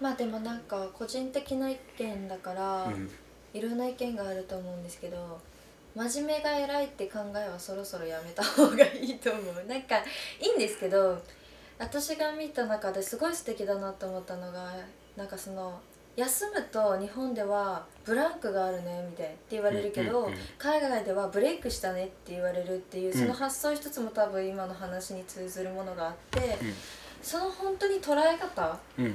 まあでもなんか個人的な意見だから、うんいろんな意見があると思うんですけど真面目が偉いって考えはそろそろやめた方がいいと思う なんかいいんですけど私が見た中ですごい素敵だなと思ったのがなんかその休むと日本ではブランクがあるねみたいなって言われるけど、うんうんうん海外ではブレイクしたねって言われるっていうそうんの発想一つも多分今の話に通ずるものがあって、うんその本当に捉え方う例ん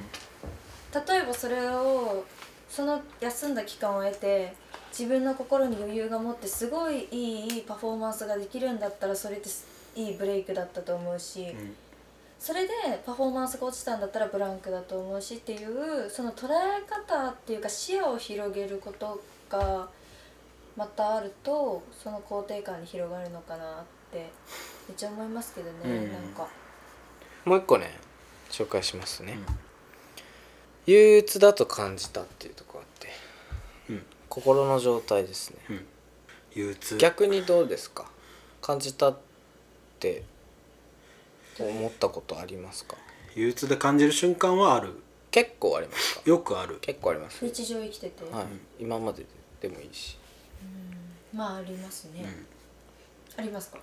えばそれをその休んだ期間を得て自分の心に余裕が持ってすごいいいパフォーマンスができるんだったらそれっていいブレイクだったと思うし、うんそれでパフォーマンスが落ちたんだったらブランクだと思うしっていうその捉え方っていうか視野を広げることがまたあるとその肯定感に広がるのかなってめっちゃ思いますけどね、うんなんか。もう一個ね紹介しますね、憂鬱だと感じたっていうところあってうん心の状態ですねうん憂鬱逆にどうですか感じたって思ったことありますか憂鬱で感じる瞬間はある結構あります かよくある結構あります、日常生きてて、はい、今まででもいいしまあありますね、ありますか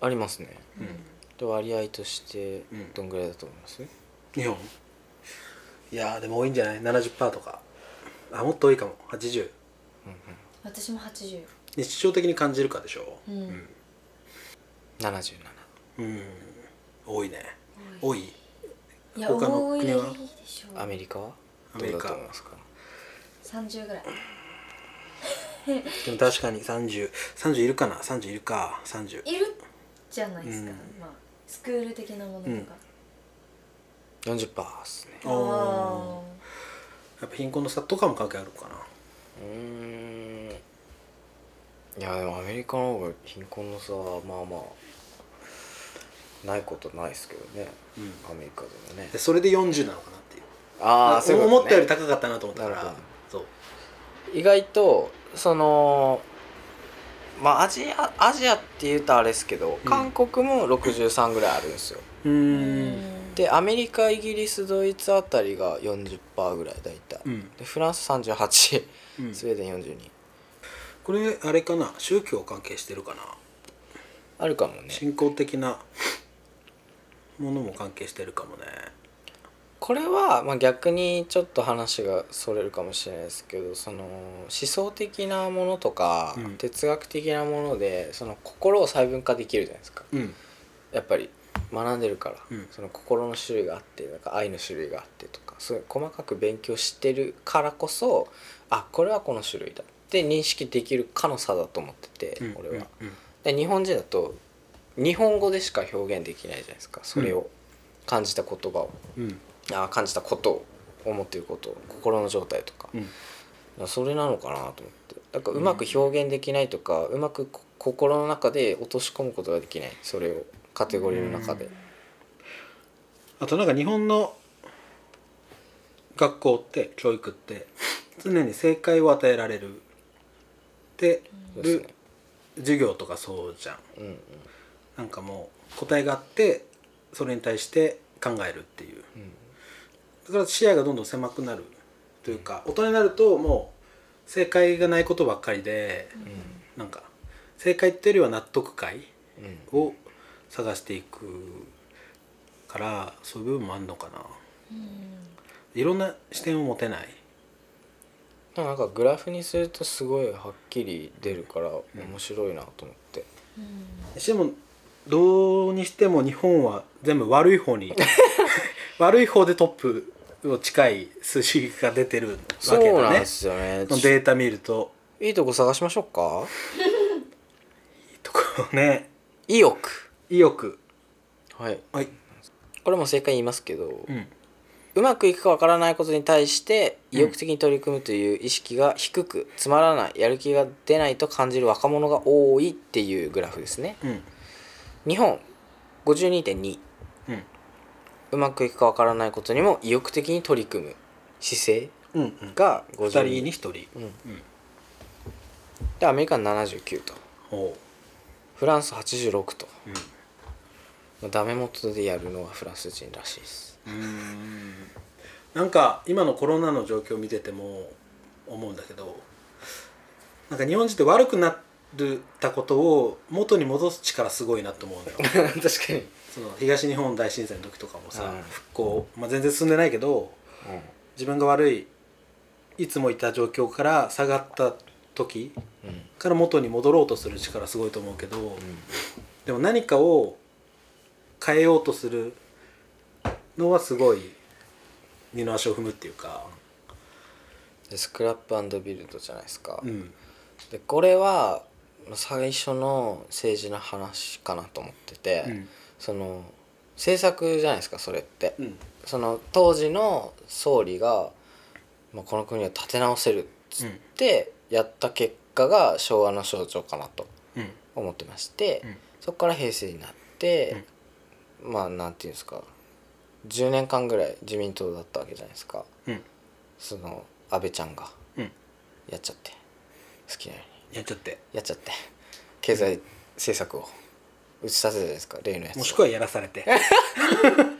ありますねうんで割合としてうんどんぐらいだと思います、日本いやーでも多いんじゃない70%とかあもっと多いかも80私も80日常的に感じるかでしょうん77うん、うん、多いね多いいや他の多い国ではしょアうメリカはアどメリうだカと思いますか30ぐらいでも確かに3030いるかな30いるか30いるじゃないですか、うまあスクール的なものとか、 40%ですねうんあやっぱ貧困の差とかも関係あるかなうーんいやでもアメリカの方が貧困の差はまあまあないことないですけどね、うアメリカでもねでそれで40なのかなっていうああそういう思こっと、たよねり、高かったなと思ったかなるらほどそう意外とそのまあアジアアジアって言うとあれですけどん韓国も63ぐらいあるんですよ、うーんでアメリカイギリスドイツあたりが40%ぐらい大体、うんでフランス38うんスウェーデン42これあれかな宗教関係してるかなあるかもね信仰的なものも関係してるかもねこれは、まあ、逆にちょっと話がそれるかもしれないですけどその思想的なものとか、うん哲学的なものでその心を細分化できるじゃないですかうんやっぱり学んでるから、うんその心の種類があってなんか愛の種類があってとかそういう細かく勉強してるからこそあこれはこの種類だって認識できるかの差だと思ってて、俺は。うんで日本人だと日本語でしか表現できないじゃないですかそれを感じた言葉を。うんあー感じたことを思っていること心の状態とかだかうんらそれなのかなと思ってだからうまく表現できないとか、うまくこ心の中で落とし込むことができないそれをカテゴリーの中で、あとなんか日本の学校って教育って常に正解を与えられるでそうでするね授業とかそうじゃんうんうんなんかもう答えがあってそれに対して考えるっていうだから視野がどんどん狭くなるというか大人になるともう正解がないことばっかりでなんか正解っていうよりは納得解うんうんを探していくからそういう部分もあるのかなうんいろんな視点を持てないでもなんかグラフにするとすごいはっきり出るから面白いなと思って、してもどうにしても日本は全部悪い方 に悪い方でトップを近い数字が出てるわけだそねうなんですよねのデータ見るといいとこ探しましょうかいいとこね意欲意欲はいはいこれも正解言いますけど、うんうまくいくかわからないことに対して意欲的に取り組むという意識が低くつまらないやる気が出ないと感じる若者が多いっていうグラフですねうん日本52.2うんうまくいくかわからないことにも意欲的に取り組む姿勢うんうんが2 52人に1人うんうんでアメリカ79とおうフランス86とうんダメ元でやるのはフランス人らしいですうーんなんか今のコロナの状況を見てても思うんだけどなんか日本人って悪くなったことを元に戻す力すごいなと思うのよ 確かに、その東日本大震災の時とかもさ、うん復興、まあ、全然進んでないけど自分が悪いいつもいた状況から下がった時うんうんから元に戻ろうとする力すごいと思うけど、でも何かを変えようとするのはすごい二の足を踏むっていうか、でスクラップビルドじゃないですか、うん、でこれは最初の政治の話かなと思ってて、うんその政策じゃないですかそれって、うんその当時の総理が、まあ、この国を立て直せるっつってやった結果が昭和の象徴かなとうん思ってまして、うんそこから平成になって、まあなんていうんですか10年間ぐらい自民党だったわけじゃないですかうんその安倍ちゃんがうんやっちゃって好きなようにやっちゃってやっちゃって経済政策を打ち立てたじゃないですか例のやつをもしくはやらされてまあ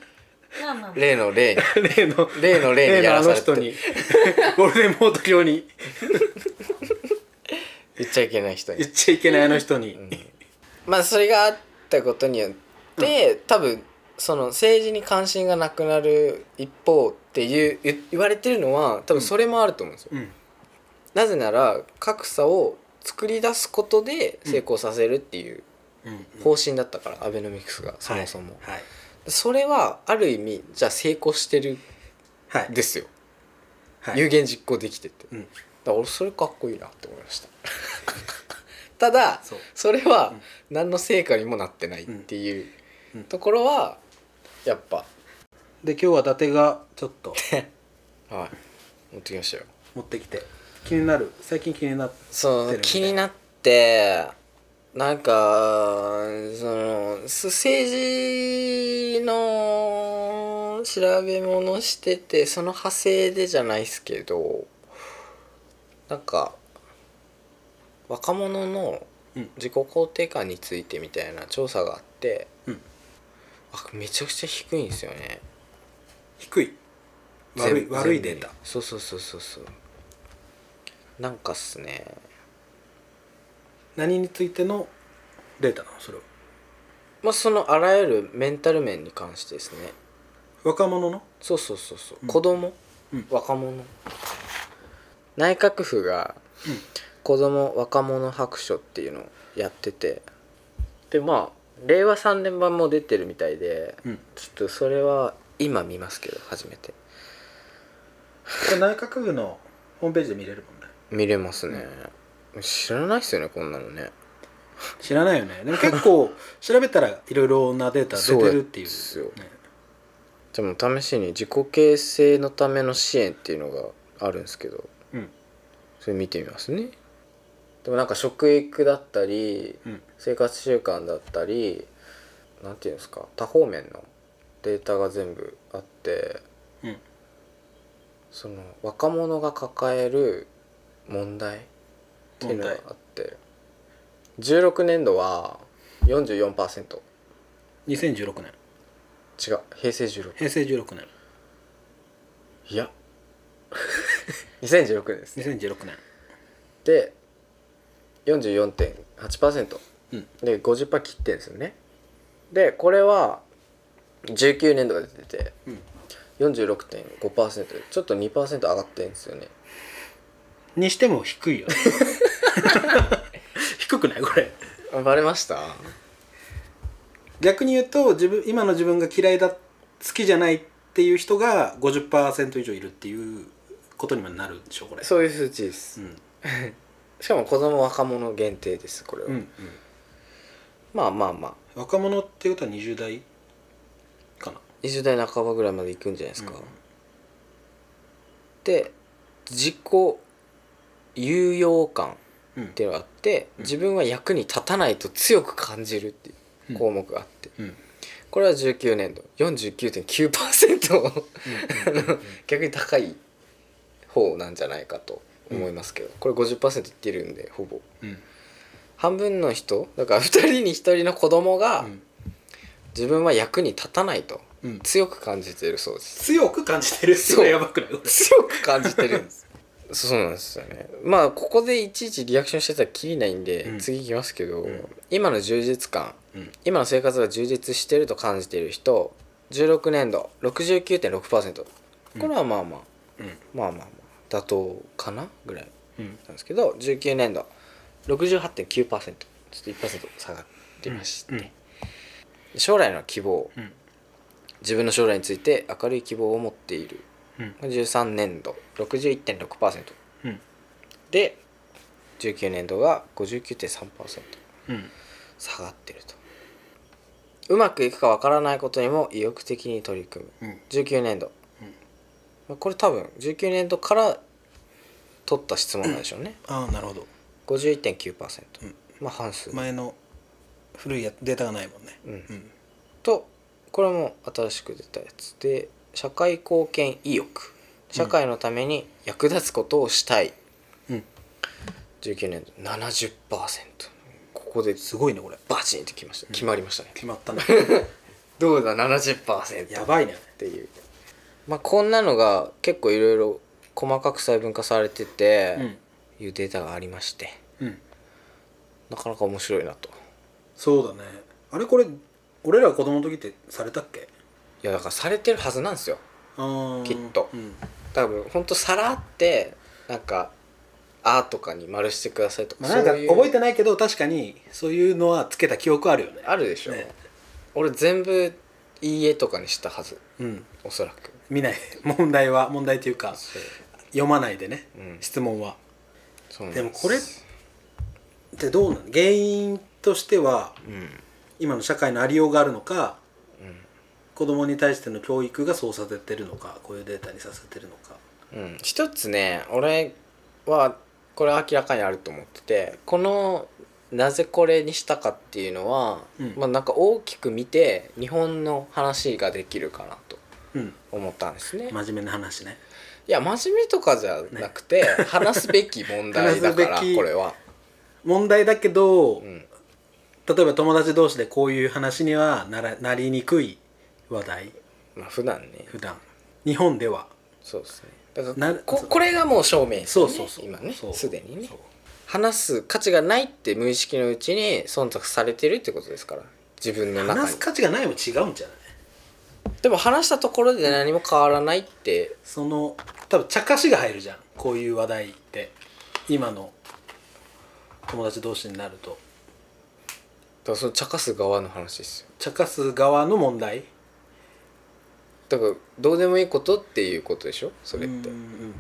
まあまあ例の例に 例の例の例にやのあらのされて人に ゴールデンモード卿に言っちゃいけない人に言っちゃいけないあの人に、まあそれがあったことによって、多分その政治に関心がなくなる一方っていう言言われてるのは多分それもあると思うんですよ、うんなぜなら格差を作り出すことで成功させるっていううん方針だったから、アベノミクスがそもそも、はいそれはある意味じゃあ成功してるはいんですよ、はい有言実行できてて、うんだから俺それかっこいいなって思い ましたただそうそれは何の成果にもなってないっていううんうんところはやっぱで今日は伊達がちょっ とはい持ってきましたよ持ってきて気になる最近気になっそテレうビで気になってなんかそのす政治の調べ物しててその派生でじゃないですけどなんか若者のうん自己肯定感についてみたいな調査があって、うんあめちゃくちゃ低いんですよね低い悪い全部悪いデータ全部そうそうそうそうそうなんかっすね何についてのデータなのそれはまあ、そのあらゆるメンタル面に関してですね若者のそうそうそうそう、うん子供、うん若者内閣府がうん子供若者白書っていうのをやっててでまあ令和3年版も出てるみたいでうんちょっとそれは今見ますけど初めてこれ内閣府のホームページで見れるもんね見れますね、知らないっすよねこんなのね知らないよねでも結 構調べたらいろいろなデータ出てるっていうそうですよねでも試しに自己形成のための支援っていうのがあるんですけどうんそれ見てみますねでもなんか食育だったりうん生活習慣だったりなんていうんですか多方面のデータが全部あってうんその若者が抱える問題っていうのがあって16年度は44%違う2016年平成16平成16年いや2016年ですね2016年で44.8% うんで50%切ってんですよねでこれは19年度が出ててうん46.5%でちょっと2%上がってんですよねにしても低いよ 低くないこれあバレました逆に言うと自分今の自分が嫌いだ好きじゃないっていう人が50%以上いるっていうことにもなるでしょこれそういう数値ですうんしかも子供若者限定ですこれは、うんうんまあまあまあ若者っていうことは20代かな20代半ばぐらいまでいくんじゃないですか、うんで自己有用感うんっていうのがあって、自分は役に立たないと強く感じるっていう項目があって、うんこれは19年度49.9%、逆に高い方なんじゃないかと思いますけど、これ50%いってるんでほぼうん半分の人だから2人に1人の子供が、うん自分は役に立たないとうん強く感じてるそうです強く感じてるっていうのはやばくないこれ強く感じてるんです そうなんですよねまあここでいちいちリアクションしてたらきりないんで、うん次いきますけど、うん今の充実感うん今の生活が充実してると感じてる人16年度69.6%これはまあまあ、うんまあまあまあ妥当かなぐらいうんなんですけど19年度68.9%ちょっと1%下がりまして、うん将来の希望うん自分の将来について明るい希望を持っているうん13年度61.6%うんで19年度が59.3%うん下がってるとうまくいくかわからないことにも意欲的に取り組むうん19年度、まあこれ多分19年度から取った質問なんでしょうね、ああなるほど51.9%、うんまあ半数、前の古いやデータがないもんねうんうんとこれも新しく出たやつで社会貢献意欲社会のために役立つことをしたい、うん19年度70%ここですごいねこれバチンときました決まりましたね、決まった ねどうだ70%やばいねっていうまあこんなのが結構いろいろ細かく細分化されてて、いうデータがありましてうんなかなか面白いなとそうだねあれこれ俺ら子供の時ってされたっけいやだからされてるはずなんですよああきっとうん多分ほんとさらってなんか「あ」とかに丸してくださいとか、まあ、なんかそういう覚えてないけど確かにそういうのはつけた記憶あるよねあるでしょ、ね俺全部「いいえ」とかにしたはずうんおそらく見ない 問題は問題というかそう読まないでね、うん質問はそうなんでもこれうでどうなの原因としてはん今の社会のありようがあるのかうん、子供に対しての教育がそうさせてるのかこういうデータにさせてるのかうん、一つね俺はこれ明らかにあると思っててこのなぜこれにしたかっていうのは、うんまあなんか大きく見て日本の話ができるかなとうん思ったんですね真面目な話ねいや真面目とかじゃなくて、話すべき問題だから話すべきこれは、問題だけど、うん、例えば友達同士でこういう話にはならなりにくい話題まあ普段ね普段日本ではそうですねだかならるここれがもう証明ですそようねそうそう今ねそうすでにねそう話す価値がないって無意識のうちに忖度されてるってことですから自分の中話にす価値がないも違うんじゃないでも話したところで何も変わらないってその多分茶化しが入るじゃんこういう話題って今の友達同士になるとだからその茶化す側の話ですよ茶化す側の問題だからどうでもいいことっていうことでしょそれってうんうん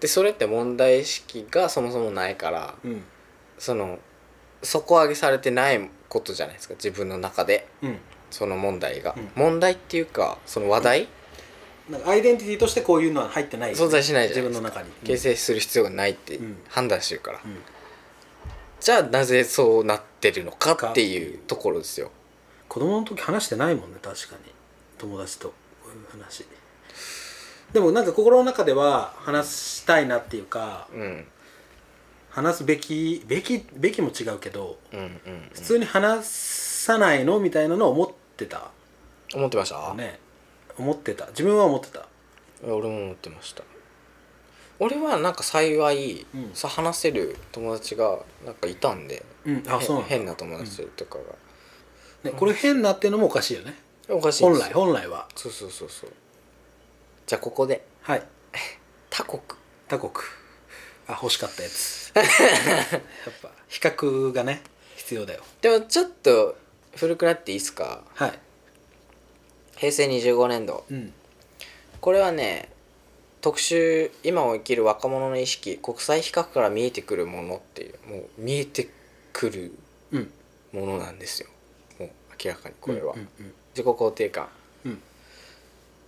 でそれって問題意識がそもそもないからうんその底上げされてないことじゃないですか自分の中でうんその問題が、うん問題っていうかその話題、なんかアイデンティティとしてこういうのは入ってない、存在しないじゃ自な分いですのか中に形成する必要がないってうん判断してるから、うんじゃあなぜそうなってるのかっていうところですよ子供の時話してないもんね確かに友達とこういう話でもなんか心の中では話したいなっていうかうん話すべきべきべきも違うけどうんうん、うん普通に話さないのみたいなのを思ってた思ってました、ね思ってた自分は思ってた俺も思ってました俺はなんか幸い、うんさ話せる友達がなんかいたんでうんあそうなんだ、変な友達とかが、ね、これ変なっていうのもおかしいよねおかしいん本です来本来はそうそうそうそうじゃあここではい他国他国あ欲しかったやつ やっぱ比較がね必要だよでもちょっと古くなっていいですかはい平成25年度うんこれはね特集「今を生きる若者の意識国際比較から見えてくるもの」っていうもう見えてくるうんものなんですよもう明らかにこれは、うんうん自己肯定感うん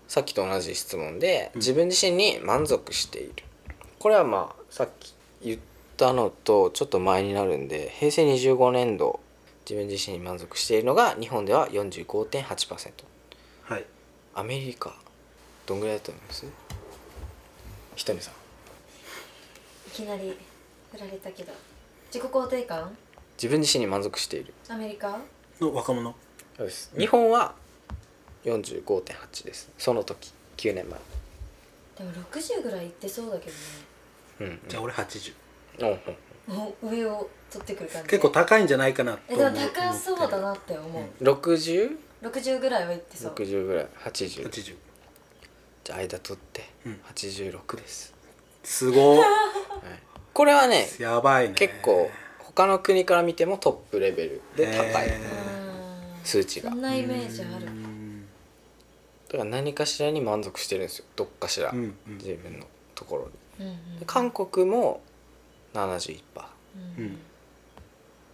さっきと同じ質問でうん自分自身に満足している、これはまあさっき言ったのとちょっと前になるんで平成25年度自分自身に満足しているのが日本では45.8%はいアメリカどんぐらいだと思いますひとみさんいきなり振られたけど自己肯定感自分自身に満足しているアメリカの若者日本は45.8ですその時9年前でも60ぐらいいってそうだけどねうんうんじゃあ俺80うんうんもう上を取ってくる感じ結構高いんじゃないかなとえ思でうも高そうだなって思う、 60? 60ぐらいはいってそう60ぐらい80 80じゃあ間取ってうん86です、すご っはい、これはねやばいね結構他の国から見てもトップレベルで高いへーうん数値がそんだなイメージあるうんから何かしらに満足してるんですよどっかしら、うんうん自分のところにうんうんで韓国も71%ううんん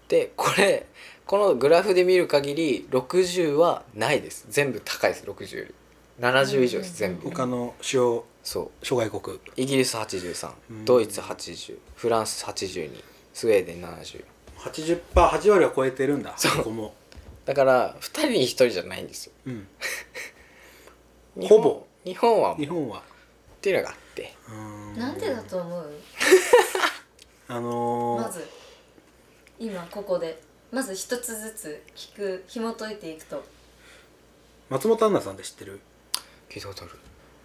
でこれこのグラフで見る限り60はないです全部高いです60より70以上です全部他の主要そう諸外国イギリス83、うんドイツ80フランス82スウェーデン70 80%8 割は超えてるんだそうここも、だから2人に1人じゃないんですようん、日本ほぼ日本はっ日本はていうのがあってうーなんでだと思うあのーまず今ここでまず一つずつ聞く紐解いていくと松本杏奈さんって知ってる聞いたことある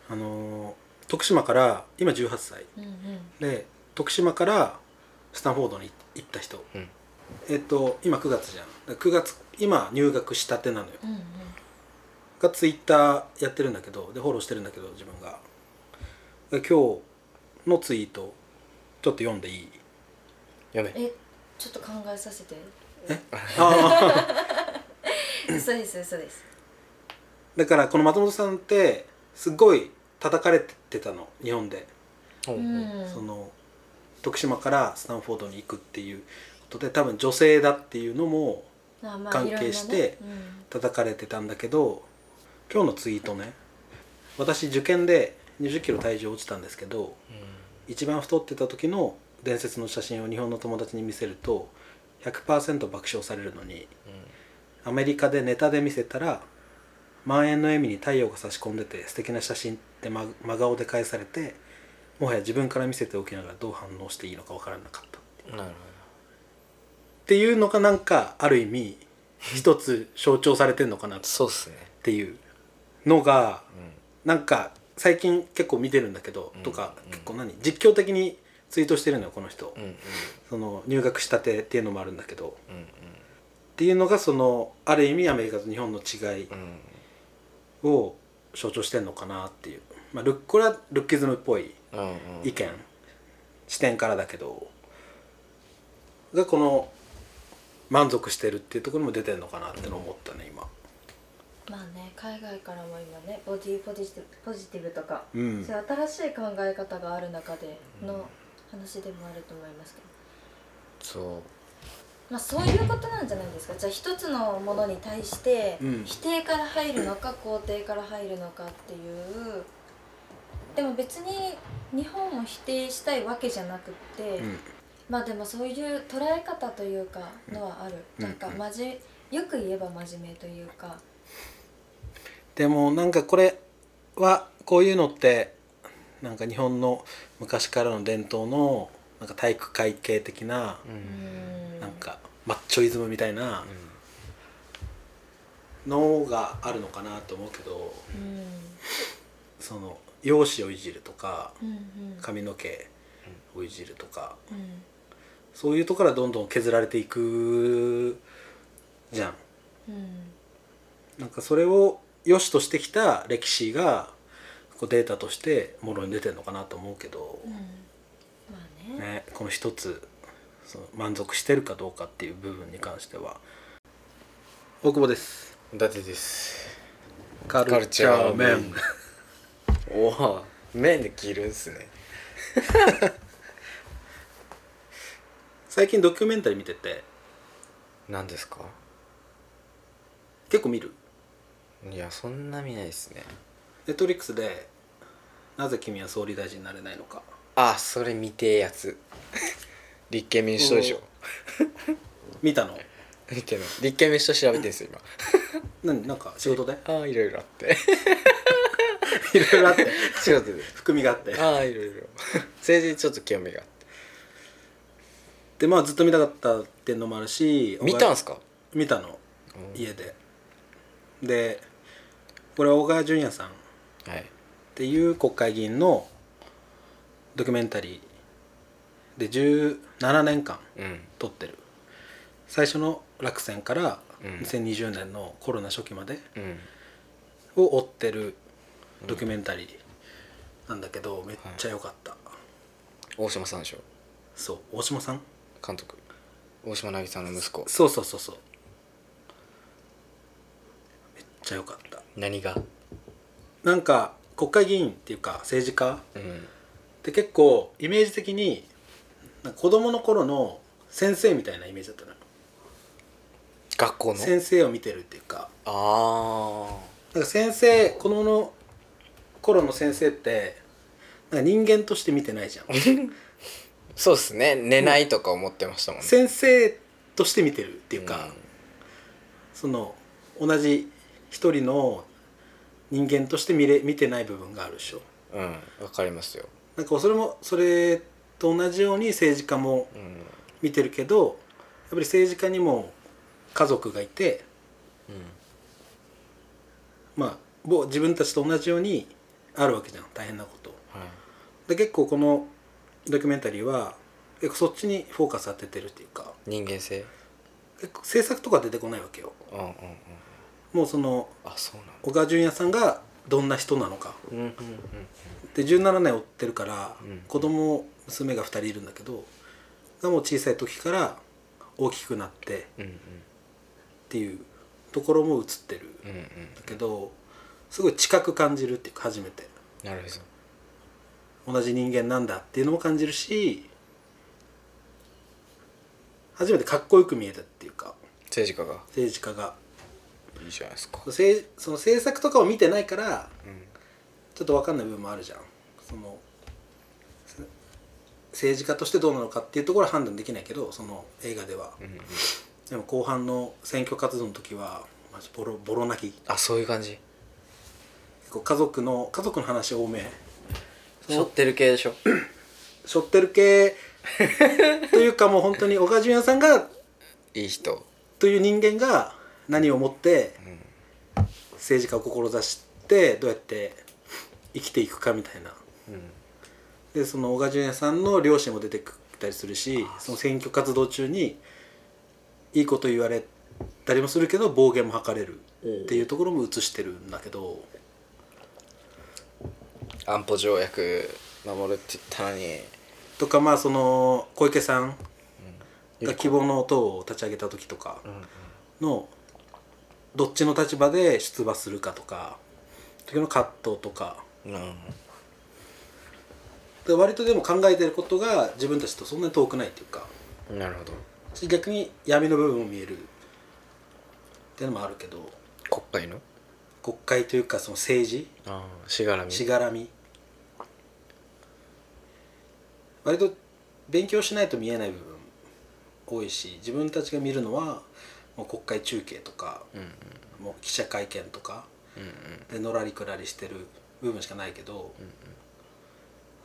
あのー徳島から今18歳うんうんで徳島からスタンフォードに行った人、うんえっと今9月じゃんだから9月今入学したてなのようんうんがツイッターやってるんだけどでフォローしてるんだけど自分がで今日のツイートちょっと読んでい いやべえちょっと考えさせてああ嘘です嘘ですだからこの松本さんってすごい叩かれてたの日本で、ううんうんんその徳島からスタンフォードに行くっていうことで多分女性だっていうのもあまあ関係していろいろね叩かれてたんだけど今日のツイートね私受験で2 0キロ体重落ちたんですけど一番太ってた時の伝説の写真を日本の友達に見せると100%爆笑されるのにアメリカでネタで見せたら満円の笑みに太陽が差し込んでて素敵な写真ってま真顔で返されてもはや自分から見せておきながらどう反応していいのか分からなかったっなるほていうのがなんかある意味一つ象徴されてんのかなっどそうっすねていうのがうなんか最近結構見てるんだけど、うんとかうん結構何実況的にツイートしてるのよこの人、んうんその入学したてっていうのもあるんだけどうんっていうのがそのある意味アメリカと日本の違いうんうんを象徴してんのかなっていう、まあ、ルッこれはルッキズムっぽいうんうん意見、視点からだけどがこの満足してるっていうところにも出てんのかなってのを思ったね今うんまあね海外からも今ねボディポジティブポジティブとか、うんそういう新しい考え方がある中での話でもあると思いますけどそうまあ、そういうことなんじゃないですかじゃあ一つのものに対してうん否定から入るのか肯定から入るのかっていうでも別に日本を否定したいわけじゃなくって、うんまあでもそういう捉え方というかのはある、うんなんかうんまじよく言えば真面目というかでもなんかこれはこういうのってなんか日本の昔からの伝統のなんか体育会系的なううんんなんかマッチョイズムみたいなうんのがあるのかなと思うけどうんその容姿をいじるとかうんうん髪の毛をいじるとかうんそういうところからどんどん削られていくじゃん。うんなんかそれを良しとしてきた歴史がこうデータとしてもろに出てるのかなと思うけどう、んまあねね、この一つその満足してるかどうかっていう部分に関しては大久保です伊達ですカ。カルチャーメンおお、麺で切るんすね。最近ドキュメンタリー見ててなんですか。結構見るいや、そんな見ないですね。ネットリックスで「なぜ君は総理大臣になれないのかあ、それ見てえやつ。 立憲民主党でしょ。」見たの見てんの。立憲民主党調べてんすよ、 何なんか仕事で今。あー、いろいろあって。 いろいろあって仕事で。含みがあってあー、いろいろ。政治にちょっと興味があって。でまあずっと見たかったっていうのもあるし見たんすすか。見たのうん家ででこれは小川淳也さんっはいていう国会議員のドキュメンタリーで17年間うん撮ってる最初の落選からうん2020年のコロナ初期までうんを追ってるドキュメンタリーなんだけどめっちゃ良かった、大島さんでしょそう大島さん監督大島渚さんの息子そうそうそうそうめっちゃ良かった何がなんか国会議員っていうか政治家うんって結構イメージ的になんか子供の頃の先生みたいなイメージだったのよ学校の先生を見てるっていうかあなんか先生子供の頃の先生ってなんか人間として見てないじゃんあそうっすね寝ないとか思ってましたもんね先生として見てるっていううんか、その同じ一人の人間として見れ見てない部分があるでしょうんわかりますよなんかそれもそれと同じように政治家もうん見てるけどやっぱり政治家にも家族がいてまあもう自分たちと同じようにあるわけじゃん大変なことはいで結構このドキュメンタリーは結構そっちにフォーカス当ててるっていうか人間性結構制作とか出てこないわけようんうんうんもうそのあそうなんだ小川淳也さんがどんな人なのかうんうんで17年追ってるから、うん子供娘が2人いるんだけどがもう小さい時から大きくなってうんうんっていうところも映ってるんうんうんだけどすごい近く感じるっていうか初めてなるほど同じ人間なんだっていうのも感じるし初めてかっこよく見えたっていうか政治家が政治家がいいじゃないですか政その政策とかを見てないからうんちょっと分かんない部分もあるじゃんそのせ政治家としてどうなのかっていうところは判断できないけどその映画ではうんうんでも後半の選挙活動の時はマジボロボロ泣きあそういう感じ結構家族の家族の話多め背負ってる系でしょしょってる系というかもう本当に岡淳也さんがいい人という人間が何をもってうん政治家を志してどうやって生きていくかみたいなうんでその小川淳也さんの両親も出てきたりするしあその選挙活動中にいいこと言われたりもするけど暴言も吐かれるっていうところも映してるんだけど安保条約守るって言ったのにとかまあその小池さんが希望の党を立ち上げた時とかのどっちの立場で出馬するかとか時の葛藤とかうんうんで割とでも考えてることが自分たちとそんなに遠くないっていうかうんなるほど逆に闇の部分も見えるっていうのもあるけど。国会の国会というかその政治ああしがらみしがらみ割と勉強しないと見えない部分多いし自分たちが見るのはもう国会中継とかうんうんもう記者会見とかうんうんでのらりくらりしてる部分しかないけど、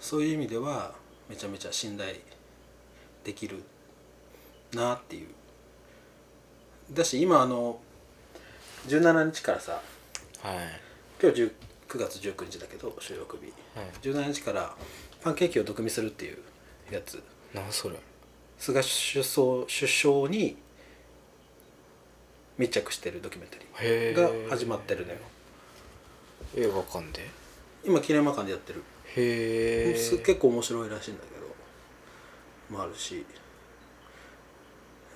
そういう意味ではめちゃめちゃ信頼できるなっていうだし今あの17日からさはい今日10 9月19日だけど収録日はい17日からパンケーキを毒味するっていうやつなんそれ菅首相首相に密着してるドキュメンタリーへーが始まってるのよ映画館で今キネマ館でやってる、へえす結構面白いらしいんだけどもあるし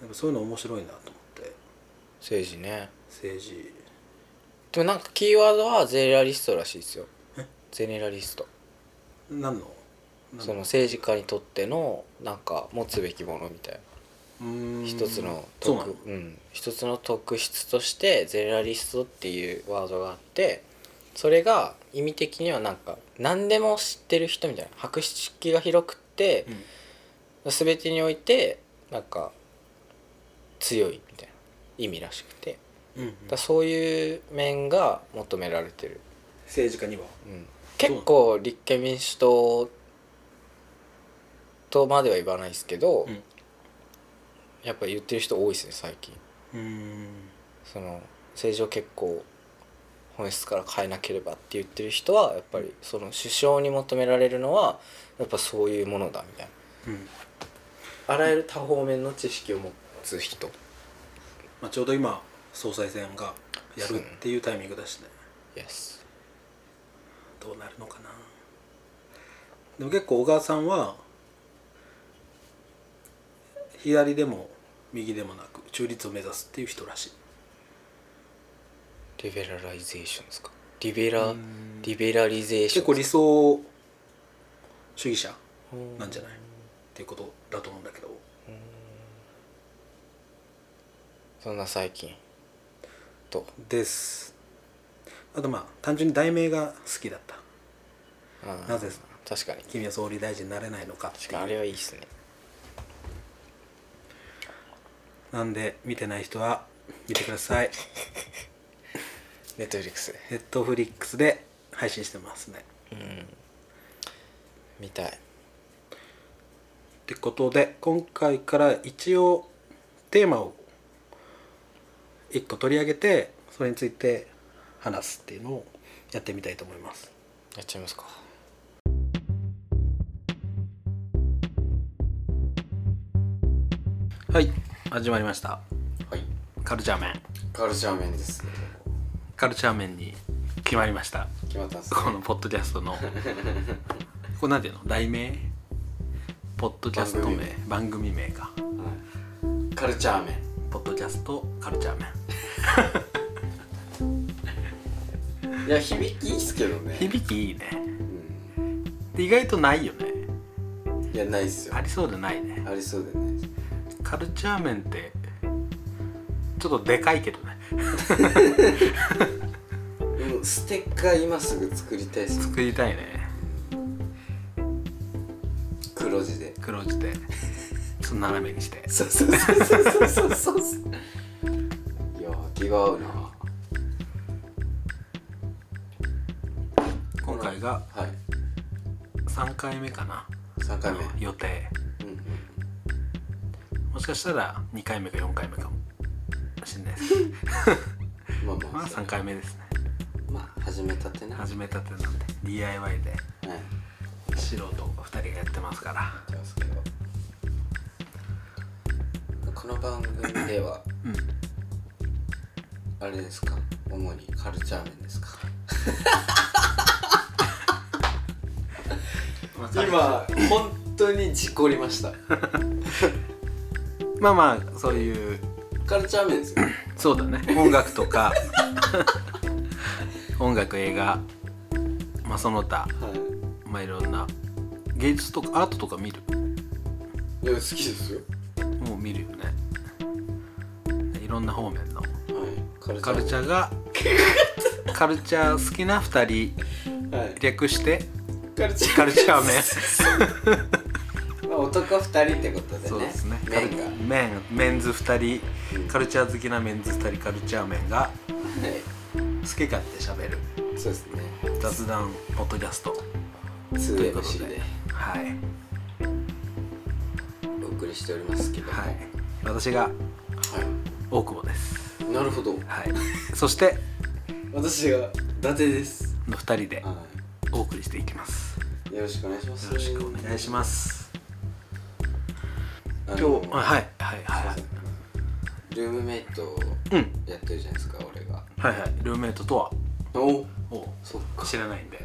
やっぱそういうの面白いなと思って政治ね政治でもなんかキーワードはゼネラリストらしいですよゼネラリスト何のその政治家にとってのなんか持つべきものみたいな一一つのそうな特のうん、一つの特質としてゼネラリストっていうワードがあってそれが意味的にはなんか何でも知ってる人みたいな博識が広くってうん、全てにおいてなんか強いみたいな意味らしくてだうんうんからそういう面が求められてる、政治家にはうん、結構立憲民主党とまでは言わないですけど、うんやっぱ言ってる人多いですね最近。うーんその政治を結構本質から変えなければって言ってる人はやっぱりその首相に求められるのはやっぱそういうものだみたいうんなあらゆる多方面の知識を持つ人まあ、ちょうど今総裁選がやるっていうタイミングだしね Yes どうなるのかなでも結構小川さんは左でも右でもなく中立を目指すっていう人らしいリベラライゼーションですかリベラリベラリゼー結ショ構ン理想主義者構なんじゃないっていうことだと思うんだけどそんな最近とですあとまあ単純に題名が好きだったあーなぜ確かに「君は総理大臣になれないのか」って確かにあれはいいっすねなんで見てない人は見てください ネットフリックスでネットフリックスで配信してますねうん見たいってことで今回から一応テーマを一個取り上げてそれについて話すっていうのをやってみたいと思いますやっちゃいますかはい始まりましたはいカルチャー面カルチャー面ですカルチャー面に決まりました決まったんですこのポッドキャスト のこれなんていうの題名ポッドキャスト名番組名かカルチャー面ポッドキャストカルチャー面いや響きいいっすけどね、響きいいねうで意外とないよねん、いやないっすよありそうでないねありそうでないっすカルチャー面ってちょっとでかいけどねうんステッカー今すぐ作りたいっす作りたいね黒字で黒字 でちょっと斜めにしてそうそうそうそうそうそういや気が合うな今回がはい3回目かな3回目この予定うんうんもしかしたら2回目か4回目かもしんないですまあままああ3回目ですねまあ始めたてな、はい、始めたてなんで DIY で素人2人がやってますからやってますけどこの番組ではうんあれですか主にカルチャー面ですか今本当に事故りましたまあまあそういうカルチャー面ですよそうだね音楽とか 音楽映画まあその他はまあいろんな芸術とかアートとか見るいいや好きですよもう見るよねいろんな方面のはいカルカルチャーがカルチャー好きな2人ーはい略してカルチャーカルチャーまあ男二人ってことでねそうですねカル面がはメンメンズ2うん人カルチャー好きなメンズ2人カルチャー面が好き勝手しゃべるいそうですね雑談ポッドキャストということで 2MC ではいお送りしておりますけどもはい私が大久保ですはいなるほどはい そして私が伊達ですの2人ではお送りしていきますよいよろしくお願いしますろしくお願いしますあ今の日あはいはいはいルームメイトをうんやってるじゃないですか俺がはいはいルームメイトとはおをそっか知らないんで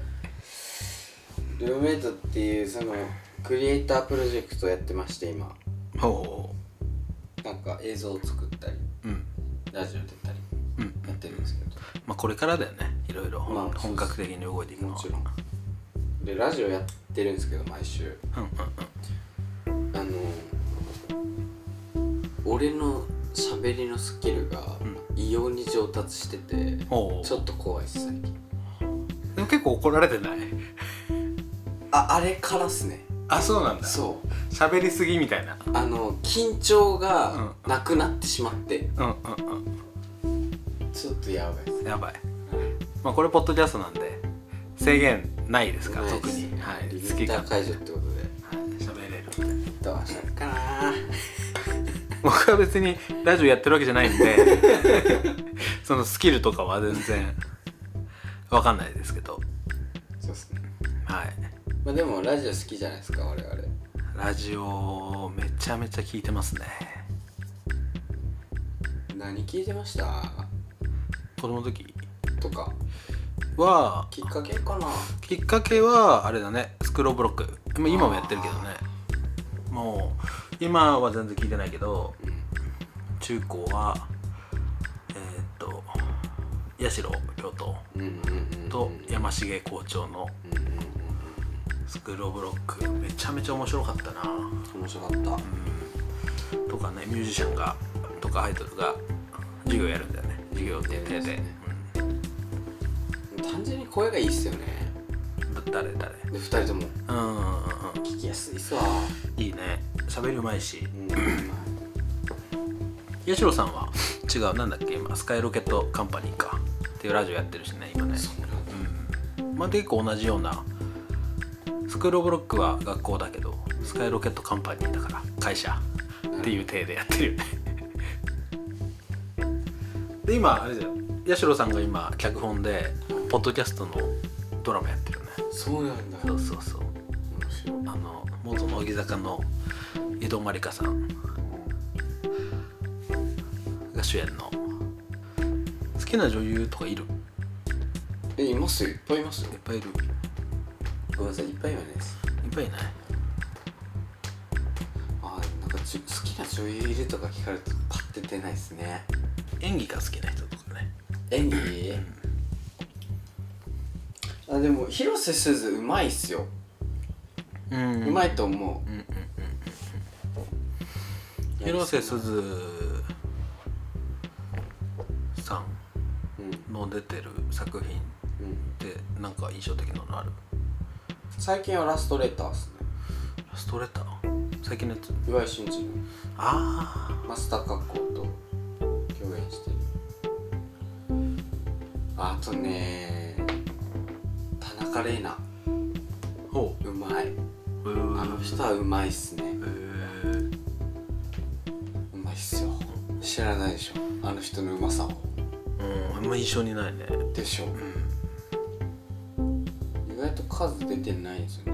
ルームメイトっていうそのクリエイタープロジェクトをやってまして今ほうほなんか映像を作ったりううんラジオ出たりうんやってるんですけどまあこれからだよねいろいろ本,、まあそうそう格的に動いていくのはもちろんでラジオやってるんですけど毎週うんうんあの俺の喋りのスキルが異様に上達してて、ほうちょっと怖いです最近うんでも結構怒られてないああれからっすねあそうなんだそう喋りすぎみたいなあの緊張がなくなってしまって、うんうんちょっとやばいですうんやばいまあこれポッドキャストなんで制限ないですから特にははいいリミ好きッター勝手解除ってことではい喋れるんでどうしようかな僕は別 にラジオやってるわけじゃないんでそのスキルとかは全然わかんないですけどそうっすねはいまあでもラジオ好きじゃないですか我々ラジオめちゃめちゃ聞いてますね何聞いてました子供の時とかはきっかけかなきっかけはあれだねスクローブロックまあ今もやってるけどねもう今は全然聞いてないけどうん中高はえーっと八代亮斗うんうんうんうんと山重校長のうんうんスクローブロックめちゃめちゃ面白かったなうん面白かったとかねミュージシャンがとかアイドルが授業やるんだよね授業って手で、単純に声がいいっすよねうん、だ誰誰で2人ともうんうんうん聞きやすいっすわうんいいね喋りうまいしうん八代さんは違うなんだっけ今スカイロケットカンパニーかっていうラジオやってるしね今ねそうなんだうんまあ結構同じようなスクローブロックは学校だけどスカイロケットカンパニーだから会社っていう体でやってるよね で今あれだよ八代さんが今脚本でポッドキャストのドラマやってるよねそうなんだそ面うそうそう白いあの元乃木坂の江戸まりかさんが主演の好きな女優とかいるえいますよいっぱいいますよいっぱいいるいっごめんなさいいっぱいいないですぱいいないあーなんかじゅ好きな女優いるとか聞かれるとパッて出ないですね演技が好きな人とかね演技あでも広瀬すずうまいっすよ、うんうまいと思うんうんう広瀬すずさうんうんんの出てる作品ってなんか印象的なのある最近はラストレーターっすねラストレター最近のやつ岩井俊二のあマスター格好と共演してるあとね田中玲奈あほうまいううーあの人はうまいっすねえーうまいっすよ知らないでしょあの人のうまさをうんあんま印象にないねでしょ意外と数出てないんですよね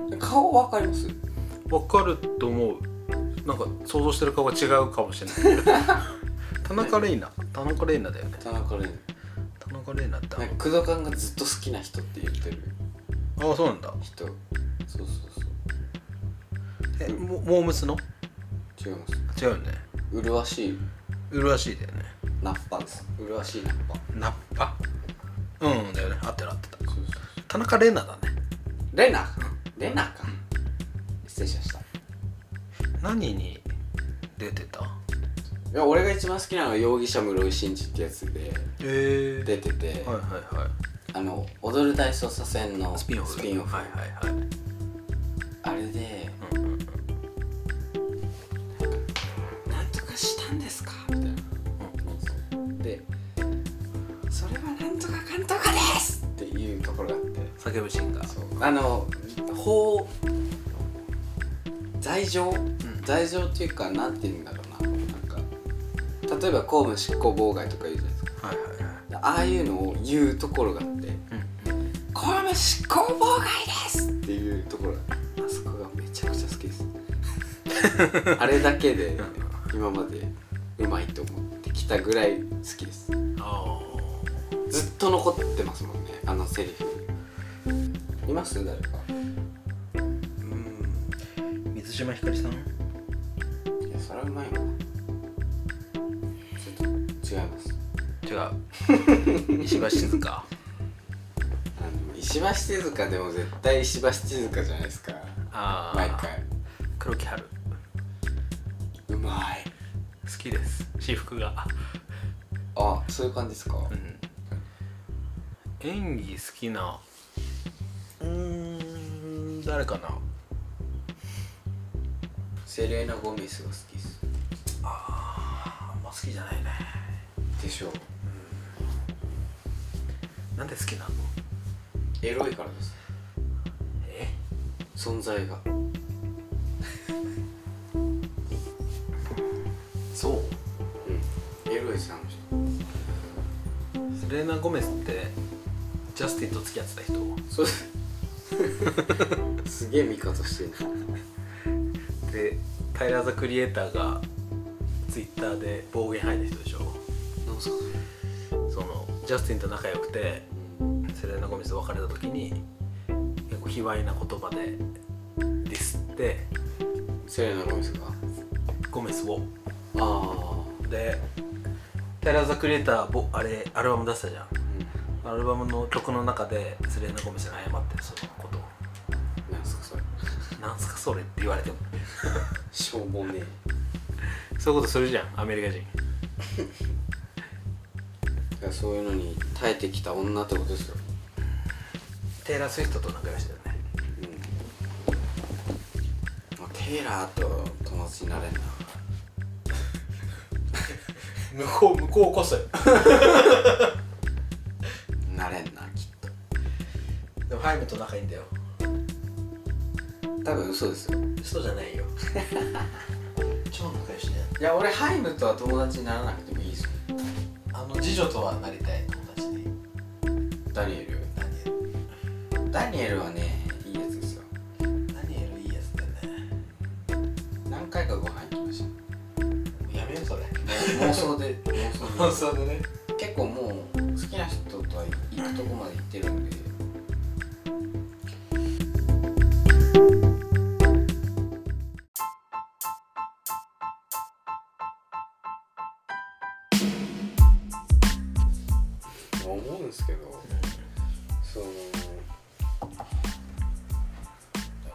あの人顔わかりますわかると思うなんか想像してる顔が違うかもしれ ない田中玲奈田中玲奈だよね田中玲奈田中玲奈ってあなんか工藤勘がずっと好きな人って言ってるのあそうなんだ人そうそうそえモモームスのう違います違うよね麗しいうしいだよねラッパーです麗しいラッパーナッパうんだよね合ってる合ってたそうそう田中玲奈だねレナレナか失礼しましたい何に出てたや俺が一番好きなのは容疑者室井慎二ってやつでえ出てて、はいはいはいあの踊る大捜査線のスピンオフスピンオフはいはいはいあれで、なんかなんとかしたんですかみたいな、でそれはなんとかかんとかですっていうところがあって叫ぶシーンがあの法罪状、罪状っていうかなんて言うんだろうななんか例えば公務執行妨害とか言うじゃないですかはいはいはいでああいうのを言うところがあって「公務執行妨害です!」っていうところがあそこがめちゃくちゃ好きです あれだけで今までうまいと思ってきたぐらい好きですあずっと残ってますもんねあのセリフいます誰かーうん水島ひかりさんいやそれはうまいわちょっと違います違う 石橋静香あの石橋静香でも絶対石橋静香じゃないですかあ毎あ回黒木春好うまいきです私服があそういう感じですか、うん演技好きなうーん誰かなセレーナ・ゴメスが好きですあんま好きじゃないねでしょうなんで好きなのエロいからですえ存在 がそううんエロいですあの人レーナ・ゴメスってジャスティンと付き合ってた人そう すげえ味方してるでタイラー・ザ・クリエイターがツイッターで暴言吐いた人でしょなんすかそのジャスティンと仲良くてセレーナ・ゴメスと別れた時に結構卑猥な言葉でディスってセレナ・ゴメスがゴメスをああでタイラー・ザ・クリエイターぼあれアルバム出したじゃんアルバムの曲の中でセレーナ・ゴメスが謝ってるそのことをうんなんすかそれなんすかそれって言われてもしょうもねそういうことするじゃんアメリカ人えだからそういうのに耐えてきた女ってことですよテイラー・スウィフトと仲良しだよねうんあテイラーと友達になれんな向こう向こうこそなれんなきっとでもハイムと仲いいんだよ多分嘘ですよそうじゃ ないよ超仲良しだよいや俺ハイムとは友達にならなくてもいいですよあの次女とはなりたい友達にダニエルダニダニエルはねいいやつですよエルダニエルいいやつだよね何回かご飯行きましたもうやめようそれ妄想で妄想で想でね結構もう好きな人とは行くとこまで行ってるんで思うんですけどその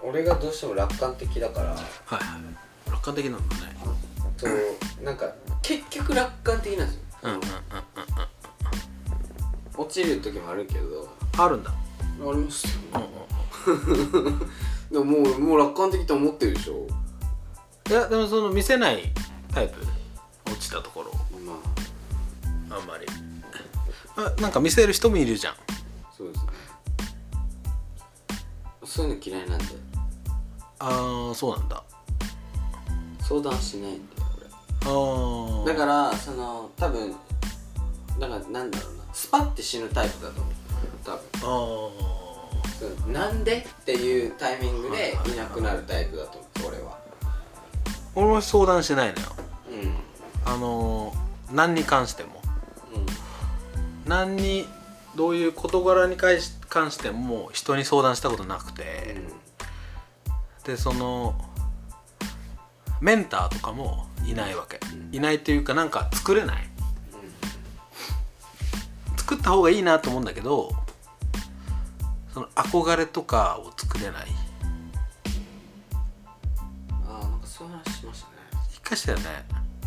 俺がどうしても楽観的だからはいはい楽観的なんだねそうなんか結局楽観的なんですようんうんうん落ちる時もあるけどあるんだありますようんうんでももうもう楽観的と思ってるでしょいやでもその見せないタイプ落ちたところまあんまりあなんか見せる人もいるじゃんあそうですねそういうの嫌いなんでああそうなんだ相談しないんであー俺だからその多分だからなんだろうなスパッて死ぬタイプだと思う多分あーそのなんでっていうタイミングでいなくなるタイプだと思う俺は俺も相談してないのようんあのー何に関しても何にどういう事柄に関し関しても人に相談したことなくうてんでそのメンターとかもいないわけいないというかなんか作れない作った方がいいなと思うんだけどその憧れとかを作れないああなんかそういう話しましたね一回したよね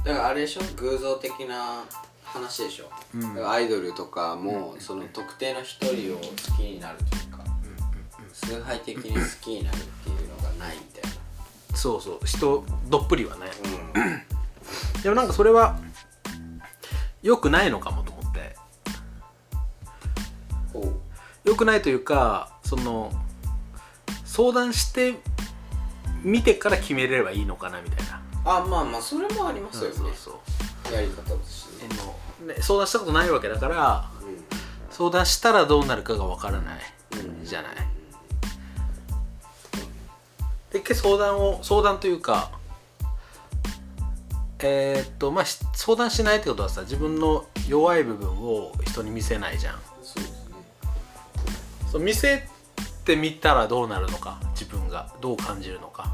だからあれでしょ偶像的な話でしょ、うんだからアイドルとかもその特定の一人を好きになるというか、崇拝的に好きになるっていうのがないみたいそうそう人どっぷりはねな、うん、でもなんかそれは良くないのかもと思ってこ良くないというかその相談して見てから決めれればいいのかなみたいなうあまあまあそれもありますよねそうそうやり方としてね、そのね相談したことないわけだから相談したらどうなるかがわからないうんうんじゃないで一回相談を相談というかえーっとまあし相談しないってことはさ自分の弱い部分を人に見せないじゃんそうですねそう見せてみたらどうなるのか自分がどう感じるのか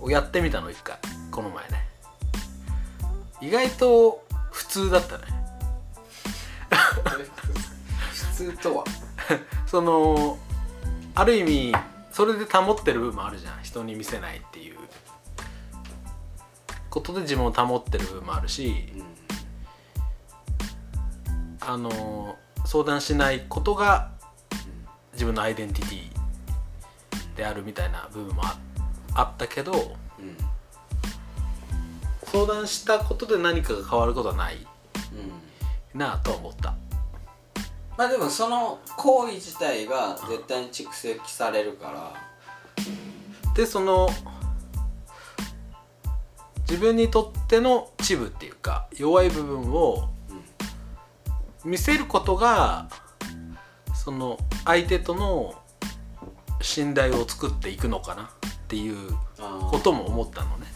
をやってみたの一回この前ね意外と普通だったね普通とはそのある意味それで保ってる部分もあるじゃん人に見せないっていうことで自分を保ってる部分もあるしうんあの相談しないことが自分のアイデンティティであるみたいな部分もああったけどうん相談したことで何かが変わることはないうんなぁとは思ったまあでもその行為自体が絶対に蓄積されるから、でその自分にとってのチブっていうか弱い部分をうん見せることがその相手との信頼を作っていくのかなっていうあことも思ったのね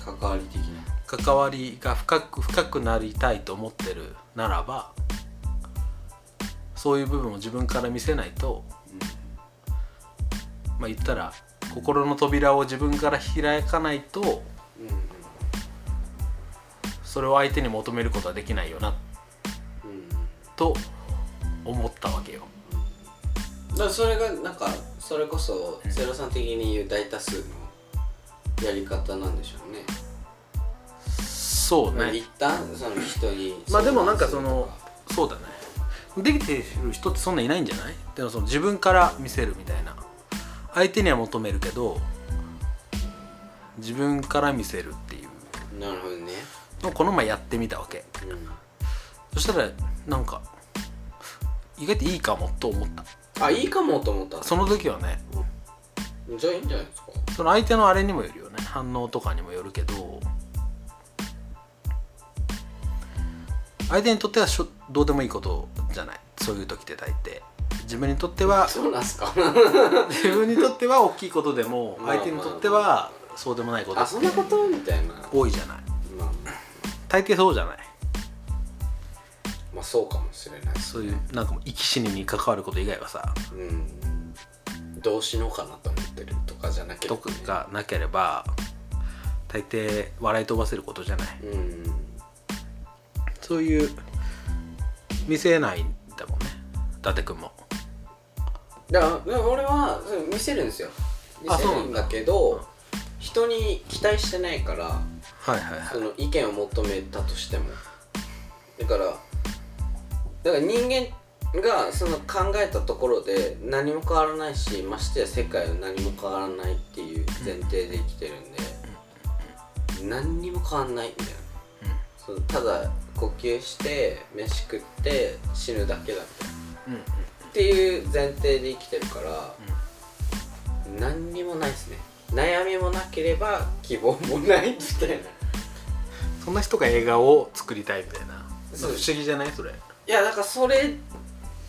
ー関わり的な関わりが深く深くなりたいと思ってるならばそういう部分を自分から見せないとまあ言ったら心の扉を自分から開かないとうんうんそれを相手に求めることはできないよなうんと思ったわけよ。だからそれがなんかそれこそセロさん的に言う大多数のやり方なんでしょうねそうね、一旦その人にまあでもなんかそのそうだねできてる人ってそんないないんじゃないでもその自分から見せるみたいな相手には求めるけど自分から見せるっていうなるほどね、のをこの前やってみたわけうそしたらなんか意外といいかもと思ったん、あいいかもと思ったその時はねじゃあいいんじゃないですかその相手のあれにもよるよね反応とかにもよるけど相手にとってはしょどうでもいいことじゃないそういう時って大抵自分にとっては そうなんすか自分にとっては大きいことでもまあまあ相手にとってはそうでもないことあそんなことみたいなま多いじゃないあ大抵そうじゃないまあそうかもしれないですそういうなんかもう生き死にに関わること以外はさうんどうしようかなと思ってるとかじゃなきゃ得がなければ大抵笑い飛ばせることじゃないうんそういう見せないんだもんね伊達くんもだから俺はそう見せるんですよ見あせそうなるんんだだけど人に期待してないからはいはいはいその意見を求めたとしてもだからだから人間がその考えたところで何も変わらないしましてや世界は何も変わらないっていう前提で生きてるんで何にも変わんないみたいなそのただ呼吸して飯食って死ぬだけだみたいなうんうんっていう前提で生きてるから、何にもないですね悩みもなければ希望もないみ たいないそんな人が映画を作りたいみたいな不そう思議じゃないそれやだからそれ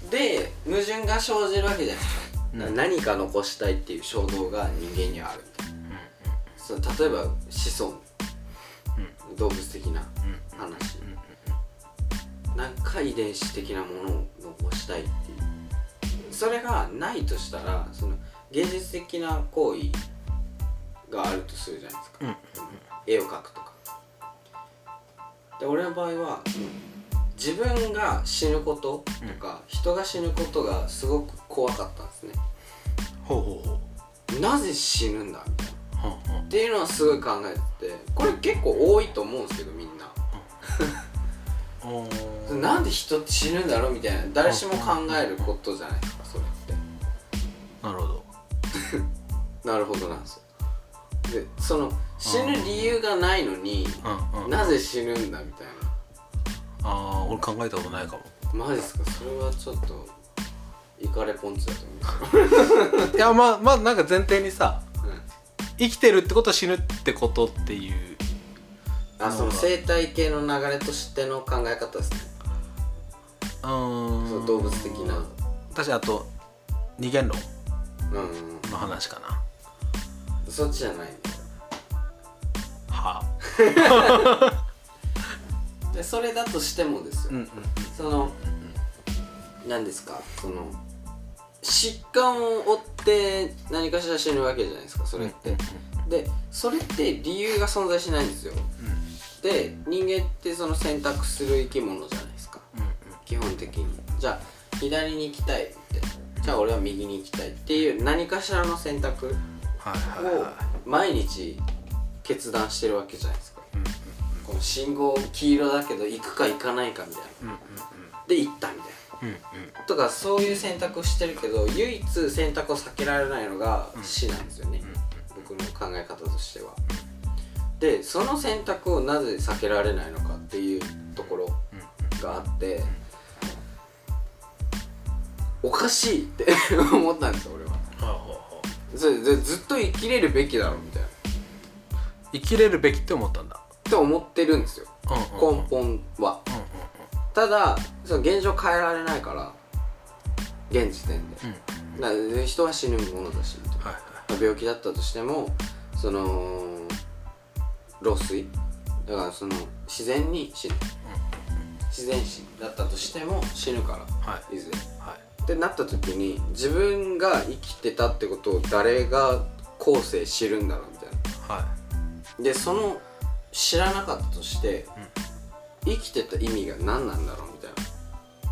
で矛盾が生じるわけじゃないですか,、うん何か残したいっていう衝動が人間にはあるみたいな、その例えば子孫、動物的な話、なんか遺伝子的なものを残したいっていうそれがないとしたらその芸術的な行為があるとするじゃないですか、うんうん絵を描くとかで俺の場合は、自分が死ぬこととか、人が死ぬことがすごく怖かったんですねほうほうほうなぜ死ぬんだみたいなほうほうっていうのはすごい考えててこれ結構多いと思うんですけどみんなおーなんで人って死ぬんだろうみたいな誰しも考えることじゃないですかそれっなるほどてなるほどなんですよでその死ぬ理由がないのにうんうんあなぜ死ぬんだみたいあー俺考えたことないかもなマジですかそれはちょっとイカレポンチだと思いますいやまあまあなんか前提にさ生きてるってことは死ぬってことっていうあその生態系の流れとしての考え方ですねうーんその動物的な私あと二元論うん、の話かなそっちじゃないはでそれだとしてもでうすよ、んうんその何ですかその疾患を負って何かしら死ぬわけじゃないですかそれってでそれって理由が存在しないんですよで人間ってその選択する生き物じゃないですかうん基本的にじゃあ左に行きたいってじゃあ俺は右に行きたいっていう何かしらの選択はいはいをは毎日決断してるわけじゃないですかいうんこの信号黄色だけど行くか行かないかみたいなうんで行ったみたいなうんうんとかそういう選択をしてるけど唯一選択を避けられないのが死なんですよね、僕の考え方としては。でその選択をなぜ避けられないのかっていうところがあっておかしいって 思ったんですよ俺は。はあはあはあそれでずっと生きれるべきだろうみたいなっ生きれるべきって思ったんだて思ってるんですようんうんうん根本は。うんうんただその現状変えられないから現時点で、だから人は死ぬものだしみたいなはい病気だったとしてもその老衰だからその自然に死ぬ自然死だったとしても死ぬから、、はいずれっはいてなった時に自分が生きてたってことを誰が後世知るんだろうみたいなはいでその知らなかったとして、生きてた意味が何なんだろうみたいな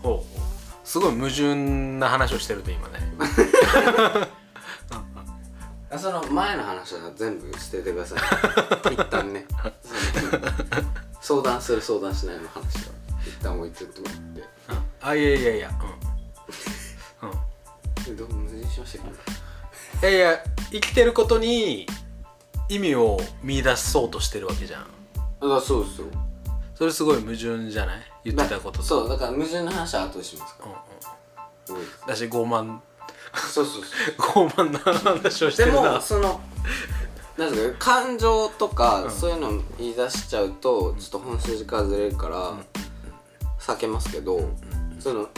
ほうすごい矛盾な話をしてると今 ねあその前の話は全部捨ててくださ い一旦ねその相談する相談しないの話は一旦置いてってもらっうんあいやいやいやうん、うん、てえどう矛盾しましたっいやいや生きてることに意味を見出そうとしてるわけじゃんけあそうですよそれすごい矛盾じゃない言ってたことと、そうだから矛盾の話は後でしますかうんうん、ら、うん、だし傲慢そうそうそ傲慢な話をしてうでるもなそのなんですか感情とか、そういうの言い出しちゃうとちょっと本筋からずれるから、避けますけど、その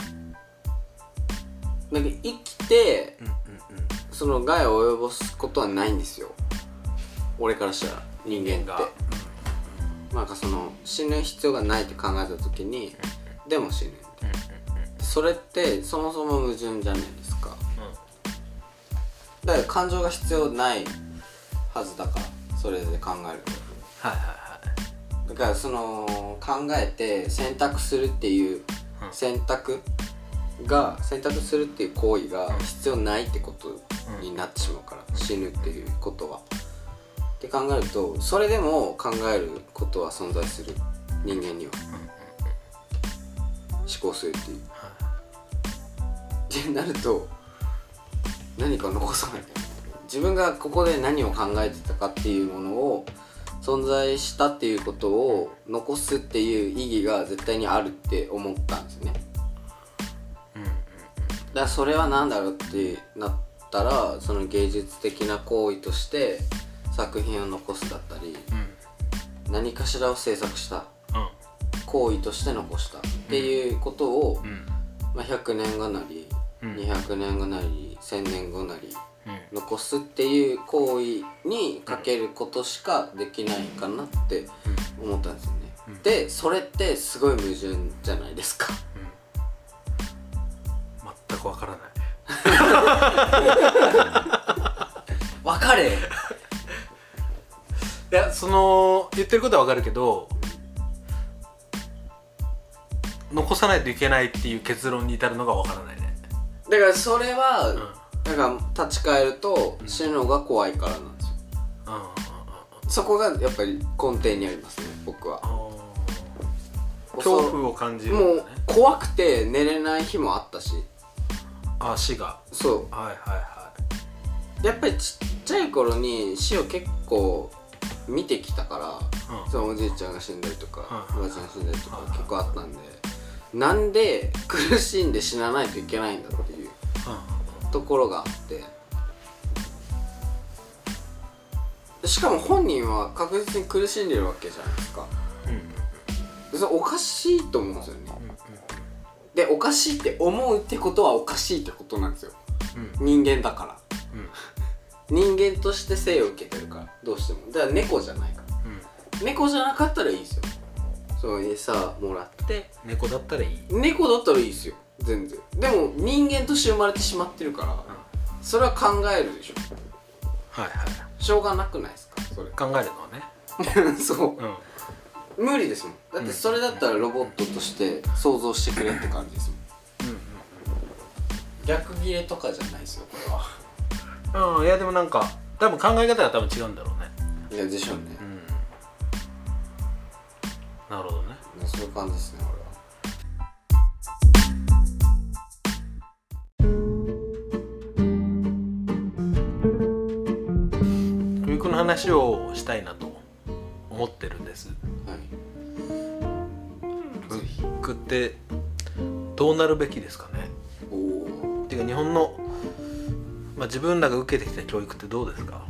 なんか生きて、その害を及ぼすことはないんですよ俺からしたら人間ってなんかその死ぬ必要がないって考えた時にでも死ぬそれってそもそも矛盾じゃないですかだから感情が必要ないはずだからそれで考えるはいはだからその考えて選択するっていう選択が選択するっていう行為が必要ないってことになってしまうから死ぬっていうことは。って考えるとそれでも考えることは存在する人間には思考するっていう。ってなると何か残さない自分がここで何を考えてたかっていうものを存在したっていうことを残すっていう意義が絶対にあるって思ったんですね。だからそれは何だろうってなったらその芸術的な行為として作品を残すだったり、何かしらを制作したいはい行為として残したっていうことを、うんうんまあ、100年後なり、うん200年後なり1000年後なりうん残すっていう行為にかけることしかできないかなって思ったんですよね。でそれってすごい矛盾じゃないですか。全くわからないわかれいやその言ってることはわかるけど残さないといけないっていう結論に至るのがわからないねだからそれは、うんうんだから立ち返ると死ぬのが怖いからなんですよ。うんうんそこがやっぱり根底にありますね僕は。恐怖を感じるんだもねう怖くて寝れない日もあったしあ死がそうはいはいはやっぱりちっちゃい頃に死を結構見てきたから、うんそのおじいちゃんが死んだりとか、うんおばあちゃんが死んだりとかうん結構あったんで、なんで苦しんで死なないといけないんだっていいうところがあってしかも本人は確実に苦しんでるわけじゃないですかうんうんそれおかしいと思うんですよね、でおかしいって思うってことはおかしいってことなんですようん人間だからうん人間として生を受けてるからどうしてもだから猫じゃないからうん猫じゃなかったらいいですよそう餌もらって猫だったらいい猫だったらいいですよ全然でも人間として生まれてしまってるからそれは考えるでしょはいはいしょうがなくないですかそ考えるのはねれ そうんう無理ですもんだってそれだったらロボットとして想像してくれって感じですもん逆切れとかじゃないですよこれはうん、うん、いやでもなんか多分考え方が多分違うんだろうねいやでしょうねうんなるほどねそういう感じですね俺は教育の話をしたいなと思ってるんですはい教育ってどうなるべきですかねおおっていうか日本の、まあ、自分らが受けてきた教育ってどうですか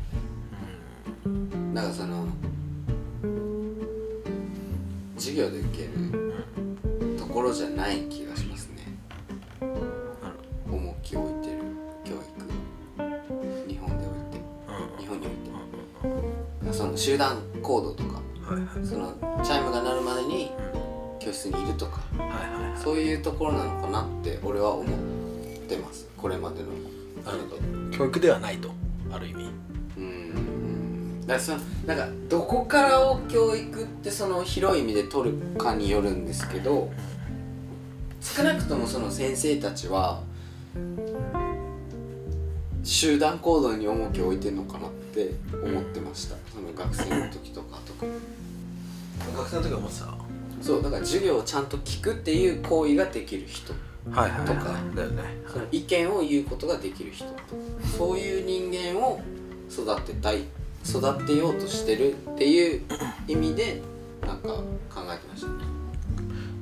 なんかその授業で受けるころじゃない気がしますね重きを置いてる教育日本でおいて日本においてその集団行動とかはいはいそのチャイムが鳴るまでに教室にいるとかはいはいそういうところなのかなって俺は思ってますこれまでのあなれるほでど教育ではないとある意味うんだからそのなんかどこからを教育ってその広い意味で取るかによるんですけど少なくともその先生たちは集団行動に重きを置いてるのかなって思ってましたその学生の時とか特に学生の時はもうさそうだから授業をちゃんと聞くっていう行為ができる人はいはいとかだよねその意見を言うことができる人そういう人間を育てたい育てようとしてるっていう意味でなんか考えてましたね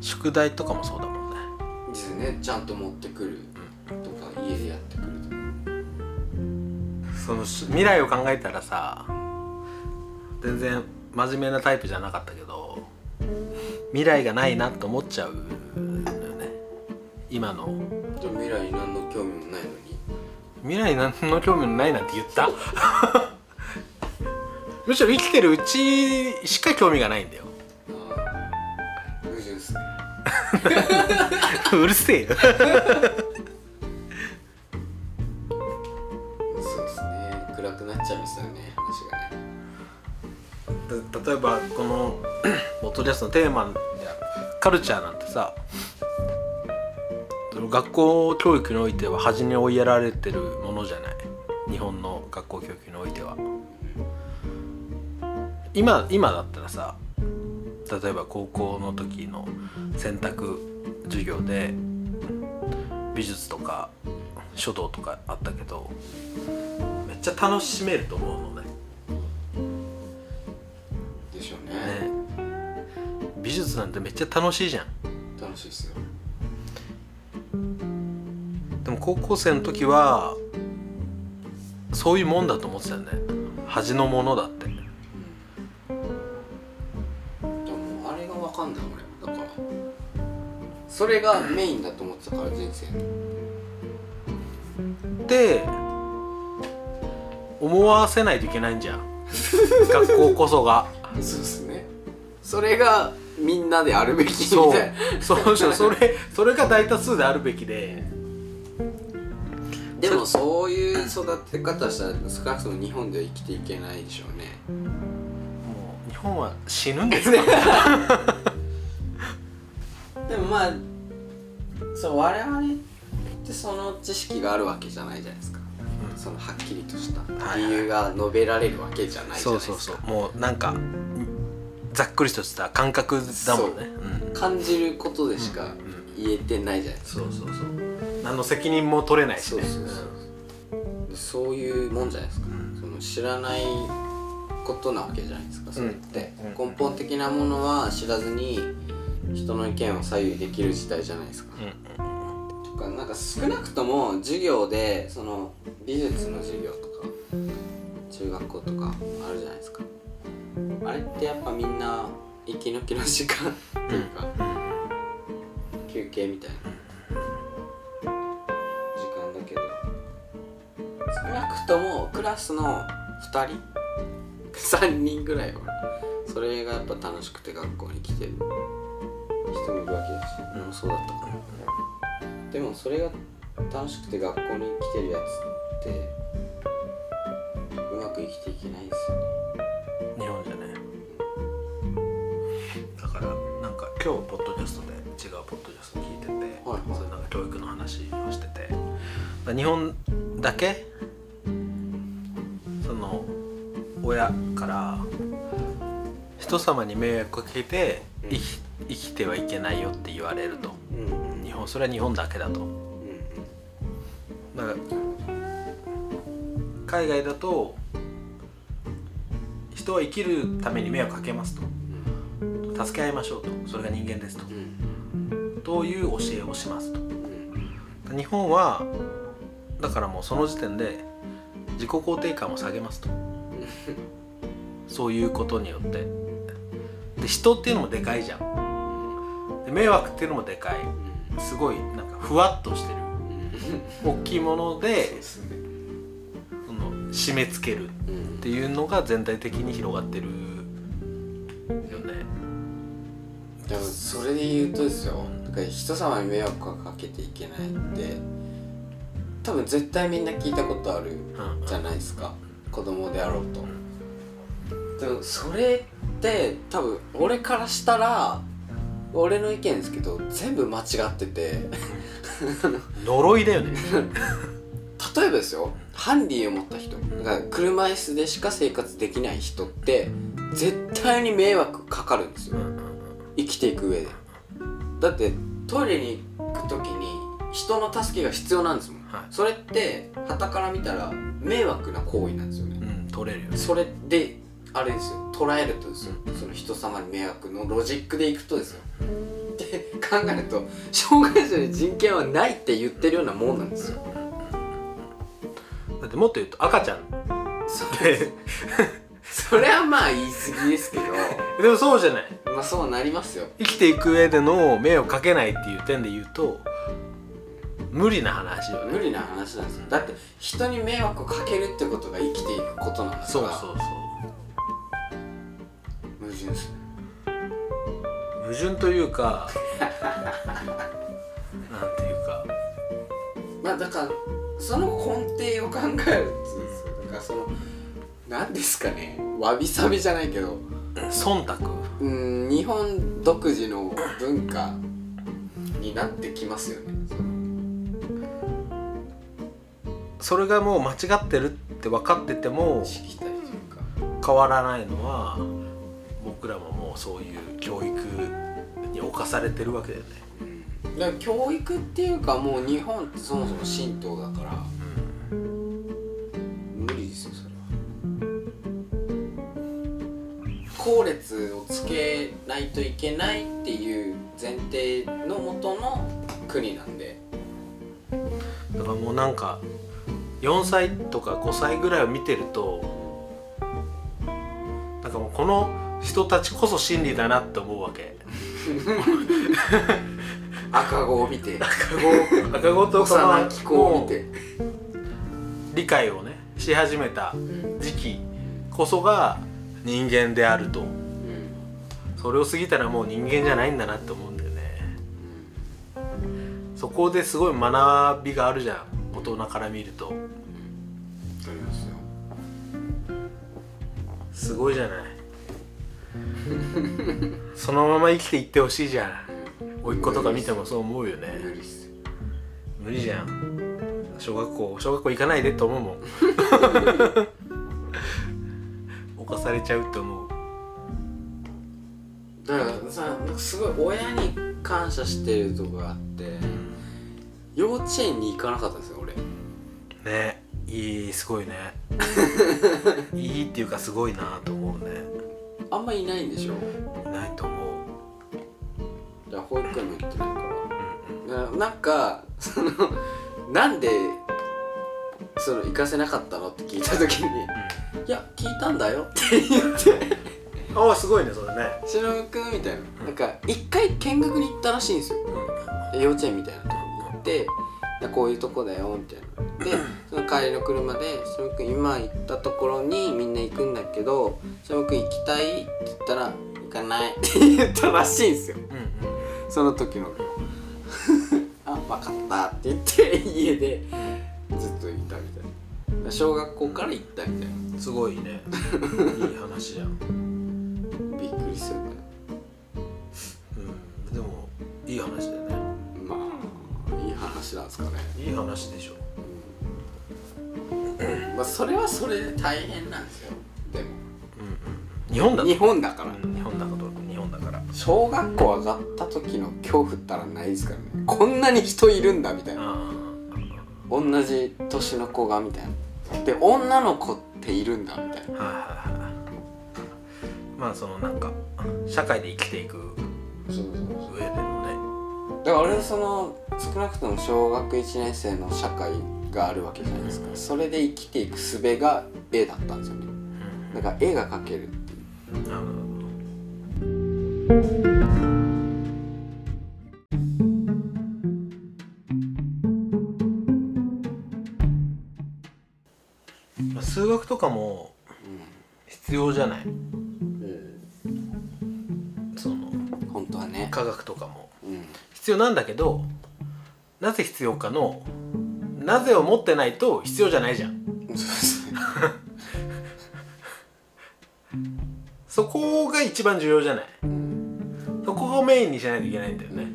宿題とかもそうだもんねですねちゃんと持ってくるとか家でやってくるとかそのし未来を考えたらさ全然真面目なタイプじゃなかったけど未来がないなと思っちゃうのよね今のでも未来に何の興味もないのに未来何の興味もないなんて言った むしろ生きてるうちしか興味がないんだよ ああ矛盾っすねうるせえよそうですね暗くなっちゃいますよね話がねた例えばこのボトキャストのテーマやカルチャーなんてさその学校教育においては端に追いやられてるものじゃない日本の学校教育においては今今だったらさ例えば高校の時の選択授業で美術とか書道とかあったけどめっちゃ楽しめると思うのねでしょうねね美術なんてめっちゃ楽しいじゃん楽しいっすよでも高校生の時はそういうもんだと思ってたよね恥のものだってでもあれが分かんない俺だからそれがメインだと思ってたから人生ので思わせないといけないんじゃん 学校こそがそうですねそれがみんなであるべきみそうたいなそうそうそれそれが大多数であるべきででもそういう育て方したら少なくとも日本では生きていけないでしょうねもう日本は死ぬんですねでもまあそう我々ってその知識があるわけじゃないじゃないですか、うんそのはっきりとしたはい理由が述べられるわけじゃないじゃそないうですかそうそうもうなんかざっくりとした感覚だもんねうん感じることでしか言えてないじゃないですかそうそうそう何の責任も取れないしねそうそうそうそういうもんじゃないですか、うんその知らないことなわけじゃないですかそれって、うん根本的なものは知らずに人の意見を左右できる時代じゃないですか、うんとかなんか少なくとも授業でその美術の授業とか中学校とかあるじゃないですかあれってやっぱみんな息抜きの時間 っていうか、休憩みたいな時間だけど少なくともクラスの2人3人ぐらいはそれがやっぱ楽しくて学校に来てる人もいるわけだし俺もそうだったから。でもそれが楽しくて学校に来てるやつってうまく生きていけないですよね日本じゃねだからなんか今日ポッドキャストで違うポッドキャスト聞いてて、はいそれなんか教育の話をしててだから日本だけその親から人様に迷惑をかけて生き生きてはいけないよって言われるとうんうんうん日本それは日本だけだと。だから海外だと人は生きるために迷惑かけますと助け合いましょうとそれが人間ですとうんという教えをしますとうん日本はだからもうその時点で自己肯定感を下げますとそういうことによってで人っていうのもでかいじゃんで迷惑っていうのもでかいうんすごいなんかふわっとしてる大きいものでその締め付けるっうんていうのが全体的に広がってるよねでもそれで言うとですよなんか人様に迷惑はかけていけないって多分絶対みんな聞いたことあるうんじゃないですか子供であろうとでもそれって多分俺からしたら俺の意見ですけど全部間違ってて呪いだよね例えばですよハンディを持った人だから車椅子でしか生活できない人って絶対に迷惑かかるんですよ生きていく上でだってトイレに行く時に人の助けが必要なんですもん、はいそれって傍から見たら迷惑な行為なんですよねうん取れるよねそれであれですよ捉えるとですよその人様に迷惑のロジックでいくとですよって考えると障害者に人権はないって言ってるようなもんなんですよだってもっと言うと赤ちゃんそれでそれはまあ言い過ぎですけどでもそうじゃないまあそうなりますよ生きていく上での迷惑かけないっていう点で言うと無理な話よね無理な話なんですよだって人に迷惑をかけるってことが生きていくことなんだからそうそうそう矛盾す矛盾という かなんていうかるまあだからその根底を考えるっていうんですよだからその何ですかねわびさびじゃないけど忖度うん日本独自の文化になってきますよねそのそれがもう間違ってるって分かってても知りたいというか変わらないのは僕らももうそういう教育に侵されてるわけだよね、だから教育っていうかもう日本ってそもそも神道だから無理ですよそれは後列をつけないといけないっていう前提のもとの国なんでだからもうなんか4歳とか5歳ぐらいを見てるとなんかもうこの人たちこそ真理だなって思うわけ赤子を見て赤子とか幼のき子を見て理解をねし始めた時期こそが人間であるとそれを過ぎたらもう人間じゃないんだなって思うんだよねそこですごい学びがあるじゃん大人から見るとありますよすごいじゃ ないそのまま生きていってほしいじゃん甥っ子とか見てもそう思うよね無理っすよ無理じゃん小学校小学校行かないでと思う もん犯されちゃうと思うだからさなんかすごい親に感謝してるとこがあって幼稚園に行かなかったんですよ俺ねいいす ごいねいいっていうかすごいなと思うねあんまいないんでしょいないと思うじゃあ保育園も行ってないからななんかそのなんでその行かせなかったのって聞いた時に「いや聞いたんだよ」って言ってああすごいねそれね「忍君」みたいななんか一回見学に行ったらしいんですよで幼稚園みたいなとこに行ってでこういうとこだよみたいな でその帰りの車で「しのぶくん今行ったところにみんな行くんだけどしのぶくん行きたい?」って言ったら「行かない」って言ったらしいんですようんうんその時の あ分かったって言って家でずっといたみたいな小学校から行ったみたいうんすごいねいい話じゃん、なびっくりするねうん、でもいい話だよねまあいい話なんですかね、いい話でしょうんまあそれはそれで大変なんですよでも日本だ日本だからうん日本だから日本だから小学校上がった時の恐怖ったらないですからねこんなに人いるんだみたいなあ同じ年の子がみたいなで女の子っているんだみたいなあはいはいはいまあそのなんか社会で生きていくそうそうそう上でのねだから俺その少なくとも小学1年生の社会があるわけじゃないですかそれで生きていく術が絵だったんですよねだから絵が描けるっていうなるほど数学とかも必要じゃないうんその本当はね科学とかもうん必要なんだけどなぜ必要かのなぜを持ってないと必要じゃないじゃんそうですねそこが一番重要じゃないうんそこをメインにしないといけないんだよね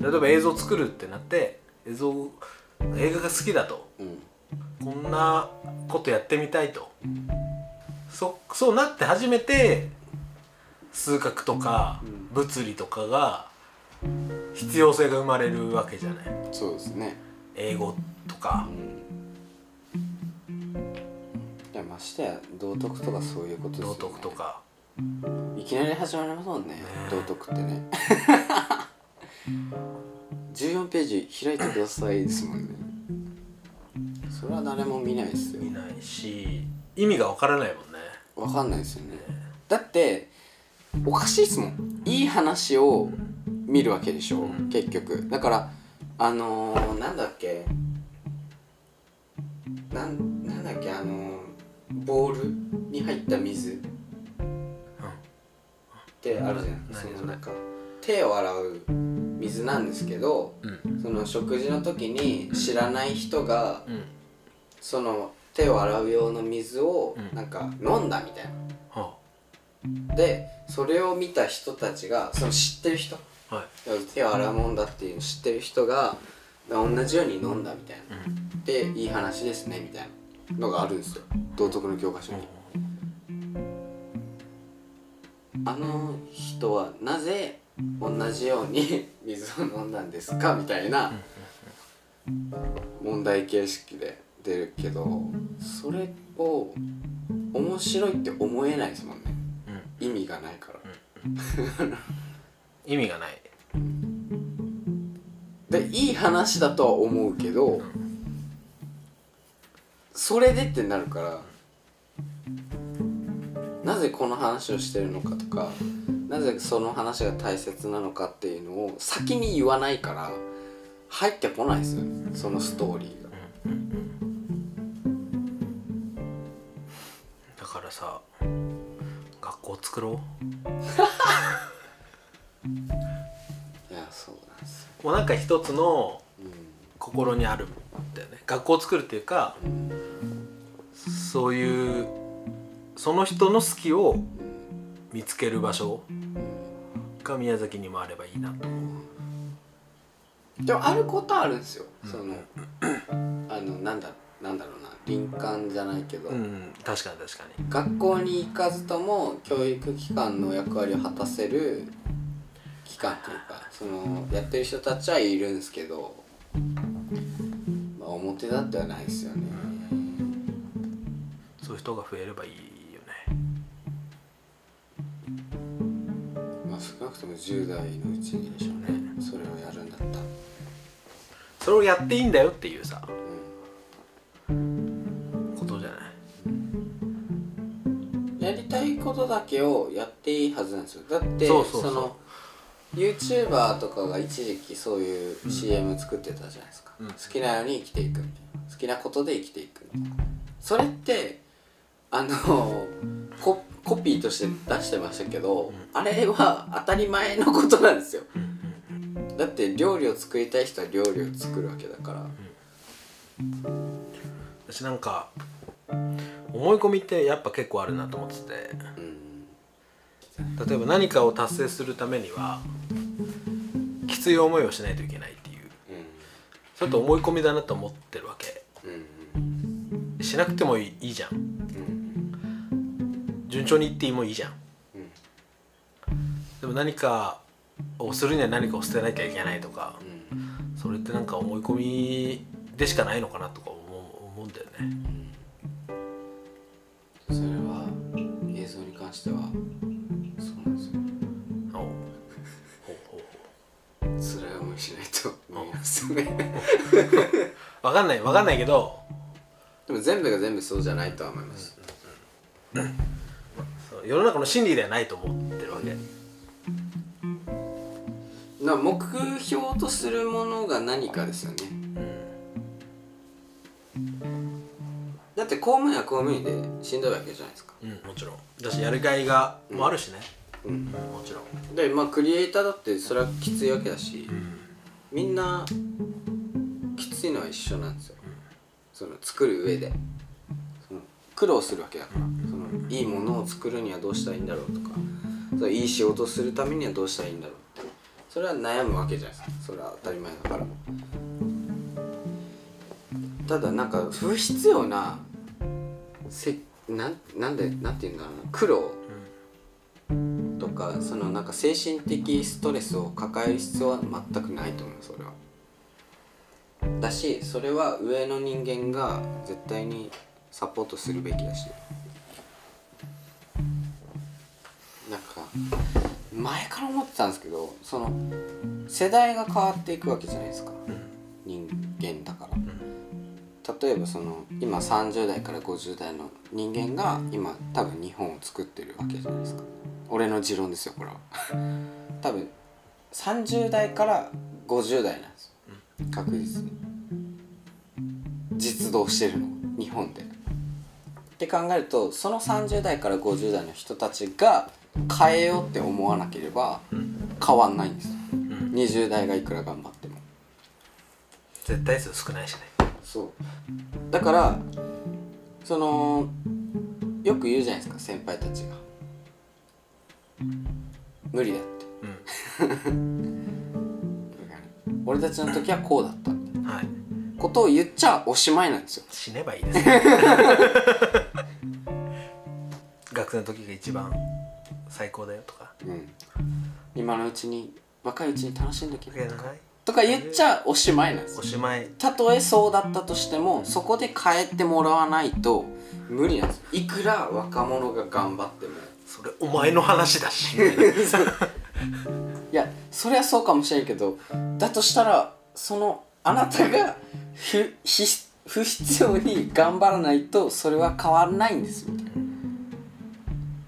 例えば映像作るってなって映像映画が好きだとうんこんなことやってみたいとそそうなって初めて数学とか物理とかが必要性が生まれるわけじゃないそうですね英語とかいやましてや道徳とかそういうことですよ道ね徳とかいきなり始まりますもんね道徳ってね 14ページ開いてくださいですもんねそれは誰も見ないですよ見ないし意味がわからないもんねわかんないですよねだっておかしいですもんいい話を見るわけでしょ、うん結局だからあのー、なんだっけなんなんだっけあのー、ボールに入った水ってあるじゃん何そそれのなんか手を洗う水なんですけどうんその食事の時に知らない人がうんその手を洗う用の水をうんなんか飲んだみたいなはでそれを見た人たちがその知ってる人あはい手を洗うもんだっていうの知ってる人が同じように飲んだみたいな、でいい話ですねみたいなのがあるんですよ道徳の教科書に、あの人はなぜ同じように 水を飲んだんですかみたいな問題形式で出るけどそれを面白いって思えないですもんねうん意味がないから。意味がないでいい話だとは思うけど、それでってなるからなぜこの話をしてるのかとかなぜその話が大切なのかっていうのを先に言わないから入ってこないですよねそのストーリーが。だからさ学校作ろういやそうなんですよ。もうなんか一つのう心にあるんだよね学校を作るっていうかんそういうその人の好きをうん見つける場所うんが宮崎にもあればいいなとでもあることはあるんですよ。そのあのなんだなんだろうな林間じゃないけど。うん確かに確かに学校に行かずとも教育機関の役割を果たせる機関というかそのやってる人たちはいるんですけど、まあ、表立ってはないですよねそういう人が増えればいいよねまあ少なくとも10代のうちにでしょうねそれをやるんだったらそれをやっていいんだよっていうさうことじゃないんやりたいことだけをやっていいはずなんですよだってそうそうそうの YouTuber とかが一時期そういう CM 作ってたじゃないですか、うん好きなように生きていくみたいな好きなことで生きていくみたいなそれってあのココピーとして出してましたけど、あれは当たり前のことなんですよ、だって料理を作りたい人は料理を作るわけだから、私なんか思い込みってやっぱ結構あるなと思っててうん例えば何かを達成するためにはきつい思いをしないといけないっていうちょっと思い込みだなと思ってるわけうんうんしなくてもいいいいじゃんうん順調にいってもいいじゃんうんでも何かをするには何かを捨てなきゃいけないとかうんそれってなんか思い込みでしかないのかなとか思う思うんだよねそれは映像に関してはそうなんですよおほうほう辛い思いしないと思いますよ ねほうわかんないわかんないけどでも全部が全部そうじゃないとは思います、そう世の中の真理ではないと思ってるわけな目標とするものが何かですよね、だだって公務員は公務員でしんどいわけじゃないですかうんもちろんだしやりがいがもあるしね、うんもちろんでまあクリエイターだってそれはきついわけだし、みんなきついのは一緒なんですよ、その作る上でその苦労するわけだからそのいいものを作るにはどうしたらいいんだろうとかそのいい仕事をするためにはどうしたらいいんだろうってそれは悩むわけじゃないですかそれは当たり前だからただなんか不必要なせなんなんでなんていうんだろうな苦労とかそのなんか精神的ストレスを抱える必要は全くないと思うそれはだしそれは上の人間が絶対にサポートするべきだしなんか前から思ってたんですけどその世代が変わっていくわけじゃないですか、人間だから、例えばその今30代から50代の人間が今多分日本を作ってるわけじゃないですか俺の持論ですよこれは 多分30代から50代なんですよ確実に実動してるの日本でって考えるとその30代から50代の人たちが変えようって思わなければ変わんないんですよ20代がいくら頑張っても絶対数少ないしねそうだからそのよく言うじゃないですか先輩たちが無理だって だから俺たちの時はこうだったってうんはいことを言っちゃおしまいなんですよ死ねばいいですね学生の時が一番最高だよとかうん今のうちに若いうちに楽しんできだなけどないとか言っちゃおしまいなんですおよしまいたとえそうだったとしてもそこで変えてもらわないと無理なんですよいくら若者が頑張ってもそれお前の話だしいやそりゃそうかもしれんけどだとしたらそのあなたがふひ不必要に頑張らないとそれは変わらないんですみたいな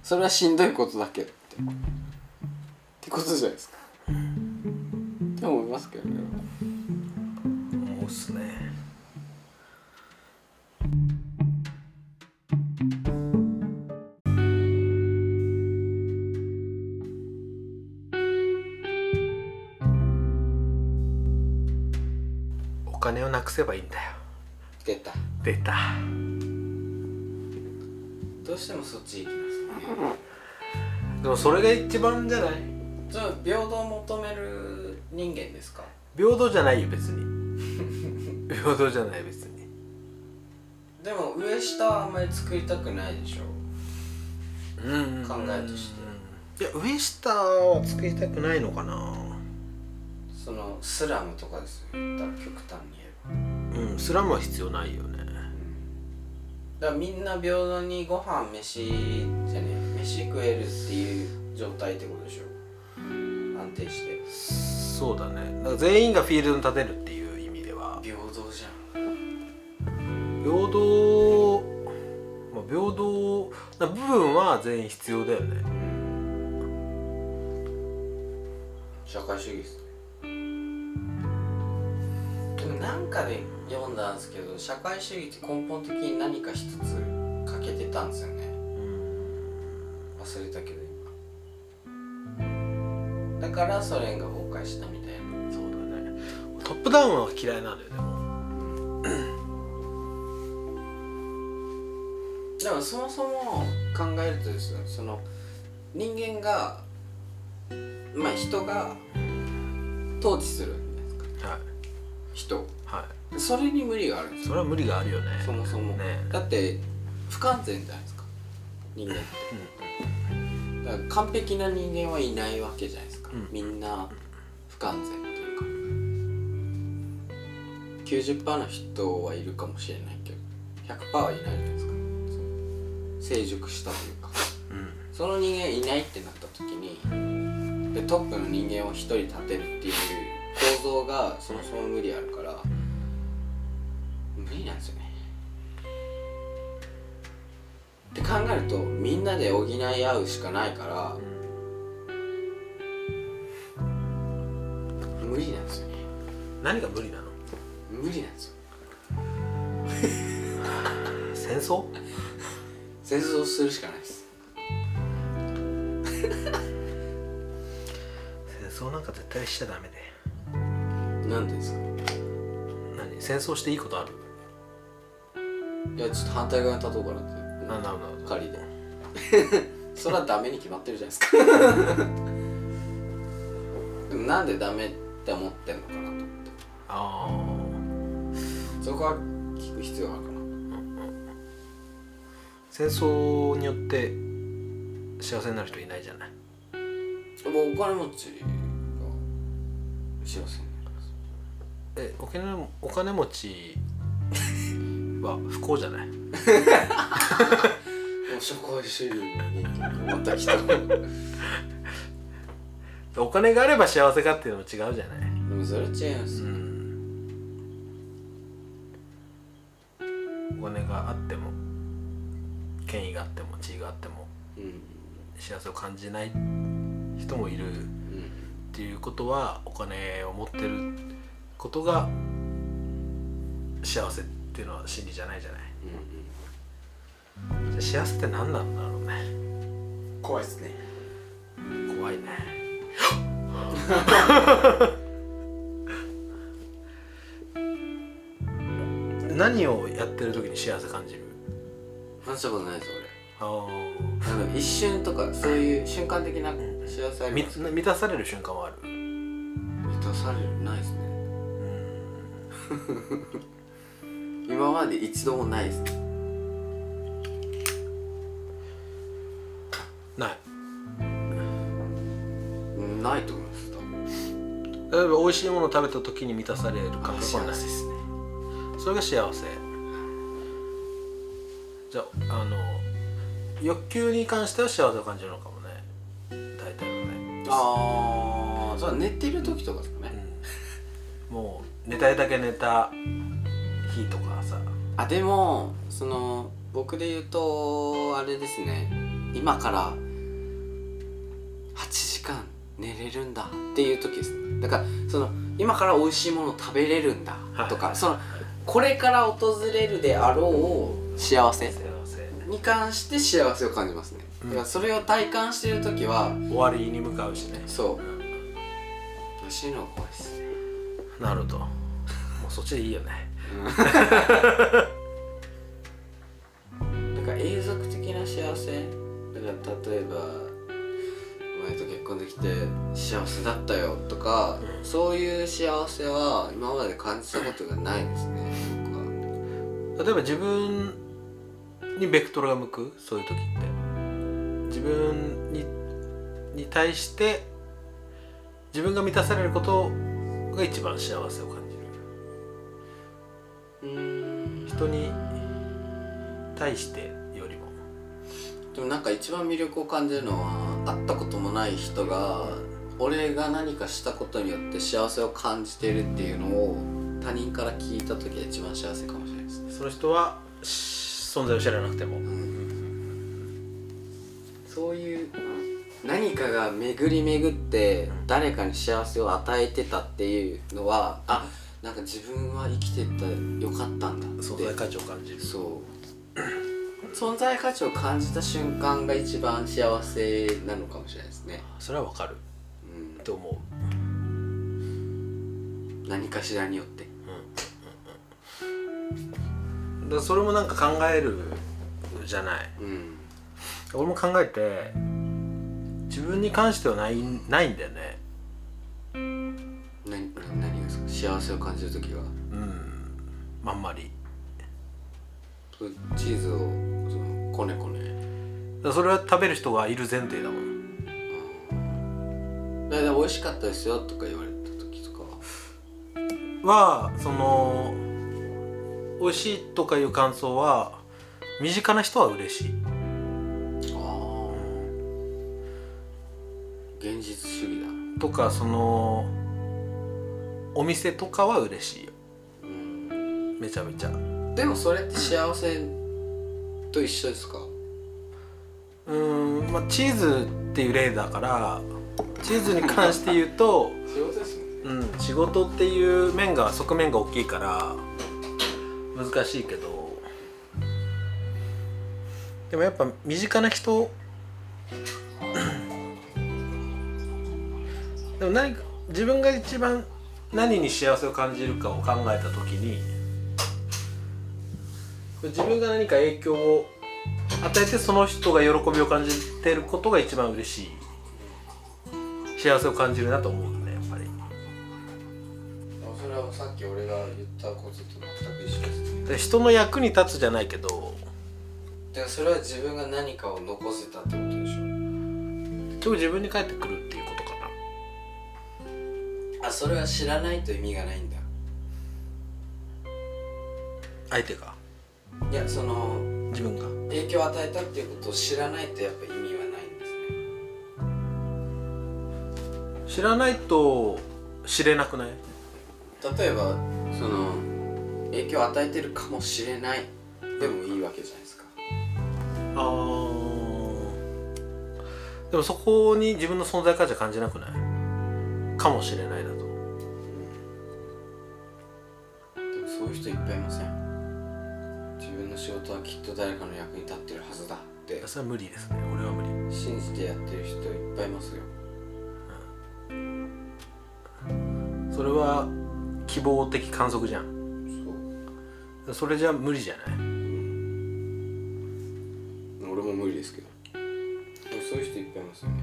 それはしんどいことだけどってってことじゃないですかって思いますけどね思うっすねお金をなくせばいいんだよ出た出たどうしてもそっち行きでもそれが一番じゃないますじゃあ平等を求める人間ですか平等じゃないよ別に 平等じゃない別にでも上下はあんまり作りたくないでしょ考考えとしていや上下は作りたくないのかなそのスラムとかですよ言ったら極端に言えばうんスラムは必要ないよねだからみんな平等にご飯飯じゃねえ飯食えるっていう状態ってことでしょ安定してそうだねだから全員がフィールドに立てるっていう意味では平等じゃ平等まあ平等な部分は全員必要だよねん社会主義ですねでもなんかで読んだんですけど社会主義って根本的に何か一つ欠けてたんですよね忘れたけど今だからソ連が崩壊したみたいなそうだねトップダウンは嫌いなんだよでもでもそもそも考えるとですよその人間がまあ人が統治するわけじゃないですかはい人をはそれに無理があるんでいすそよれは無理があるよねそもそも、ねだって不完全じゃないですか人間って、だから完璧な人間はいないわけじゃないですか、うんみんな不完全というか90%の人はいるかもしれないけど100%はいないじゃないですかその成熟したというかうんその人間いないってなった時にでトップの人間を一人立てるっていう構造がそもそも無理あるから無理なんですよね。って考えるとみんなで補い合うしかないから無理なんですよね何が無理なの無理なんですよ戦争戦争するしかないです戦争なんか絶対しちゃダメでなんでですか何戦争していいことあるいやちょっと反対側に立とうかなってななるほど仮で それはダメに決まってるじゃないです かでもなんでダメって思ってんのかなと思ってああそこは聞く必要があるかな戦争によって幸せになる人いないじゃないもうお金持ちが幸せになりますえお金もお金持ちは不幸じゃないもう社会主義にまた来たお金があれば幸せかっていうのも違うじゃないでもそれは違いまうすんお金があっても権威があっても地位があってもうん幸せを感じない人もいるっうんていうことはお金を持ってることが幸せっていうのは真理じゃないじゃないじゃあ幸せって何なんだろうねうん怖いですね怖 いね何をやってる時に幸せ感じる話したことないですあ俺あの一瞬とかそういう瞬間的な幸せああり満ます満たされる瞬間はある満たされるないですねうん今まで一度もないですないないと思います多分例えば美味しいものを食べた時に満たされる感覚はないですねそれが幸せじゃああの欲求に関しては幸せを感じるのかもね大体はね、ああそうだ寝てる時とかですかねうん、もう寝たいだけ寝た日とかさあでもその僕で言うとあれですね今から8時間寝れるんだっていう時ですねだからその今から美味しいものを食べれるんだとか、はいそのこれから訪れるであろう幸せ幸せに関して幸せを感じますねうんだからそれを体感してる時は終わりに向かうしねそう美味しいのが怖いですねなるほどもうそっちでいいよねだから永続的な幸せだから例えば「お前と結婚できて幸せだったよ」とか、そういう幸せは今まで感じたことがないですね僕は例えば自分にベクトルが向くそういう時って自分にに対して自分が満たされることが一番幸せを感じるうーん人に対してよりもでもなんか一番魅力を感じるのは会ったこともない人が俺が何かしたことによって幸せを感じてるっていうのを他人から聞いた時が一番幸せかもしれないですね、その人はし存在を知らなくてもそういう何かが巡り巡って誰かに幸せを与えてたっていうのはあなんか自分は生きてたよかったんだって存在価値を感じるそう存在価値を感じた瞬間が一番幸せなのかもしれないですね、それはわかるう、と思うん何かしらによってだからそれもなんか考えるじゃないうん俺も考えて自分に関してはないないんだよね何何がですか幸せを感じる時はうんあんまりチーズをそのこねこねだからそれは食べる人がいる前提だもんだいたい美味しかったですよとか言われた時とかははその美味しいとかいう感想は身近な人は嬉しいあ現実主義だとかそのお店とかは嬉しいよめちゃめちゃでもそれって幸せと一緒ですかうーんまあチーズっていう例だからチーズに関して言うと、幸せですもんねうん、仕事っていう面が側面が大きいから難しいけどでもやっぱ身近な人 でも何か自分が一番何に幸せを感じるかを考えた時に自分が何か影響を与えてその人が喜びを感じてることが一番嬉しい幸せを感じるなと思うねやっぱりそれはさっき俺が言ったことと全く一緒ですで人の役に立つじゃないけどだからそれは自分が何かを残せたってことでしょ結局自分に返ってくるっていうことかなあそれは知らないと意味がないんだ相手がいやその自分が影響を与えたっていうことを知らないとやっぱ意味はないんですね知らないと知れなくない例えばその影響を与えてるかもしれないでもいいわけじゃないですかあーでもそこに自分の存在価値は感じなくないかもしれないだとでもそういう人いっぱいいません自分の仕事はきっと誰かの役に立ってるはずだってそれは無理ですね俺は無理信じてやってる人いっぱいいますよそれは希望的観測じゃんそうそれじゃ無理じゃない俺も無理ですけどでもそういう人いっぱいいますよね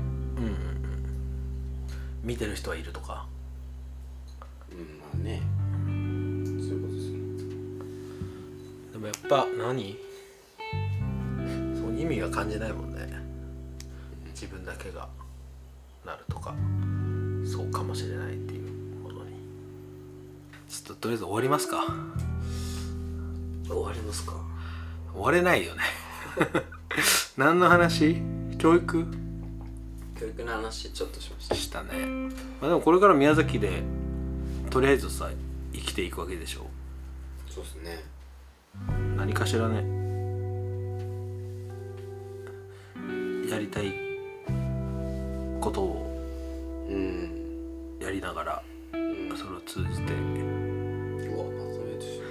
見てる人はいるとかうんまあねそういうことですねでもやっぱ何その意味が感じないもんね自分だけがなるとかそうかもしれないっていうものにちょっととりあえず終わりますか終わりますか終われないよね 何の話教育教育の話ちょっとしましたしたね、まあ、でもこれから宮崎でとりあえずさ生きていくわけでしょそうですね何かしらねやりたいことをうんやりながらうんそれを通じてうわまとめてし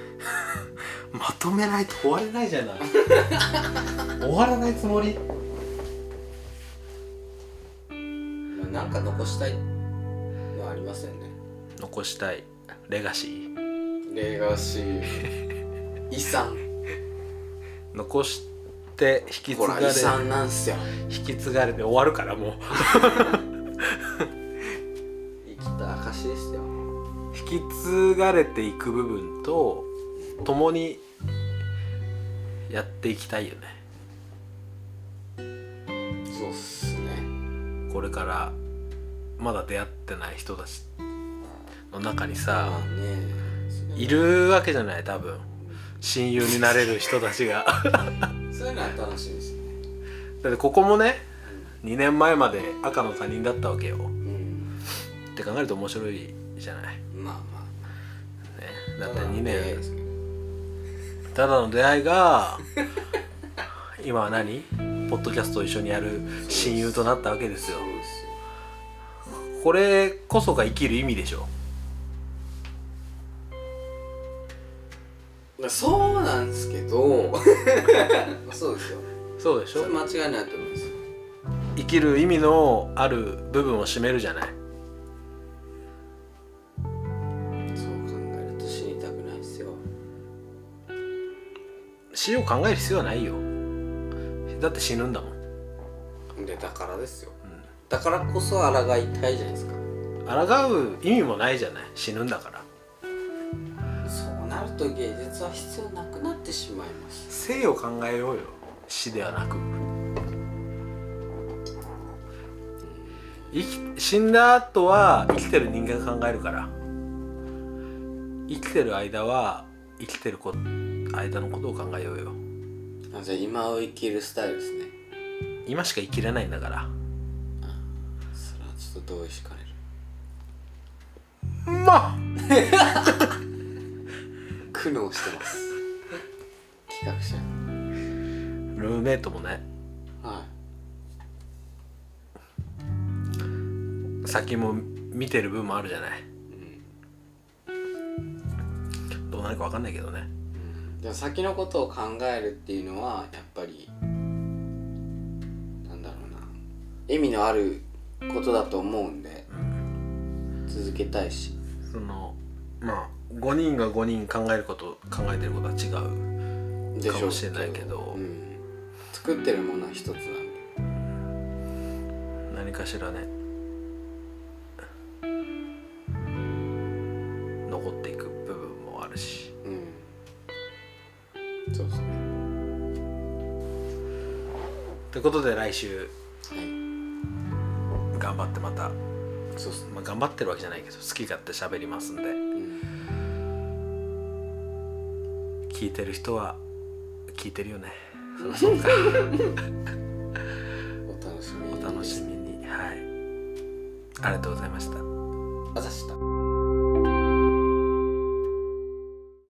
ままとめないと終われないじゃない終わらないつもりうまあなんか残したいのはありますよね残したいレガシーレガシー遺産残して引き継ほがられ遺産なんすよ引き継がれて終わるからもう 生きた証ですよ引き継がれていく部分と共にやっていきたいよねそうっすねこれからまだ出会ってない人たちの中にさまあねいるわけじゃない多分親友になれる人たちが そういうのは楽しいですねだってここもね2年前まで赤の他人だったわけようんって考えると面白いじゃない、ね、まあまあだって2ただの出会いで年すけどただの出会いが 今は何ポッドキャストを一緒にやる親友となったわけですよそうですよこれこそが生きる意味でしょまあそうなんですけ どそうですよそうでしそょれ間違いないと思います生きる意味のある部分を占めるじゃないそう考えると死にたくないですよ死を考える必要はないよだって死ぬんだもんでだからですよ、だからこそ抗いたいじゃないですか抗う意味もないじゃない死ぬんだからそうなると芸術は必要なくなってしまいます生を考えようよ死ではなく生き死んだ後は生きてる人間が考えるから生きてる間は生きてるこ間のことを考えようよあじゃあ今を生きるスタイルですね今しか生きれないんだからそれはちょっと同意しかねまある苦悩してます企画者ルームメイトもねは先も見てる部分もあるじゃないい、うどうなるか分かんないけどねん、でも先のことを考えるっていうのはやっぱり意味のあることだと思うんで続けたいしそのまあ5人が5人考えること考えてることは違うでょうかもしれないけどうん、作ってるものは一つなんで何かしらね残っていく部分もあるしうんそうですねということで来週はい頑張ってまた、そうっすね、まあ、頑張ってるわけじゃないけど好き勝手喋りますんで うん、聞いてる人は聞いてるよねお楽しみお楽しみにはいありがとうございましたあざした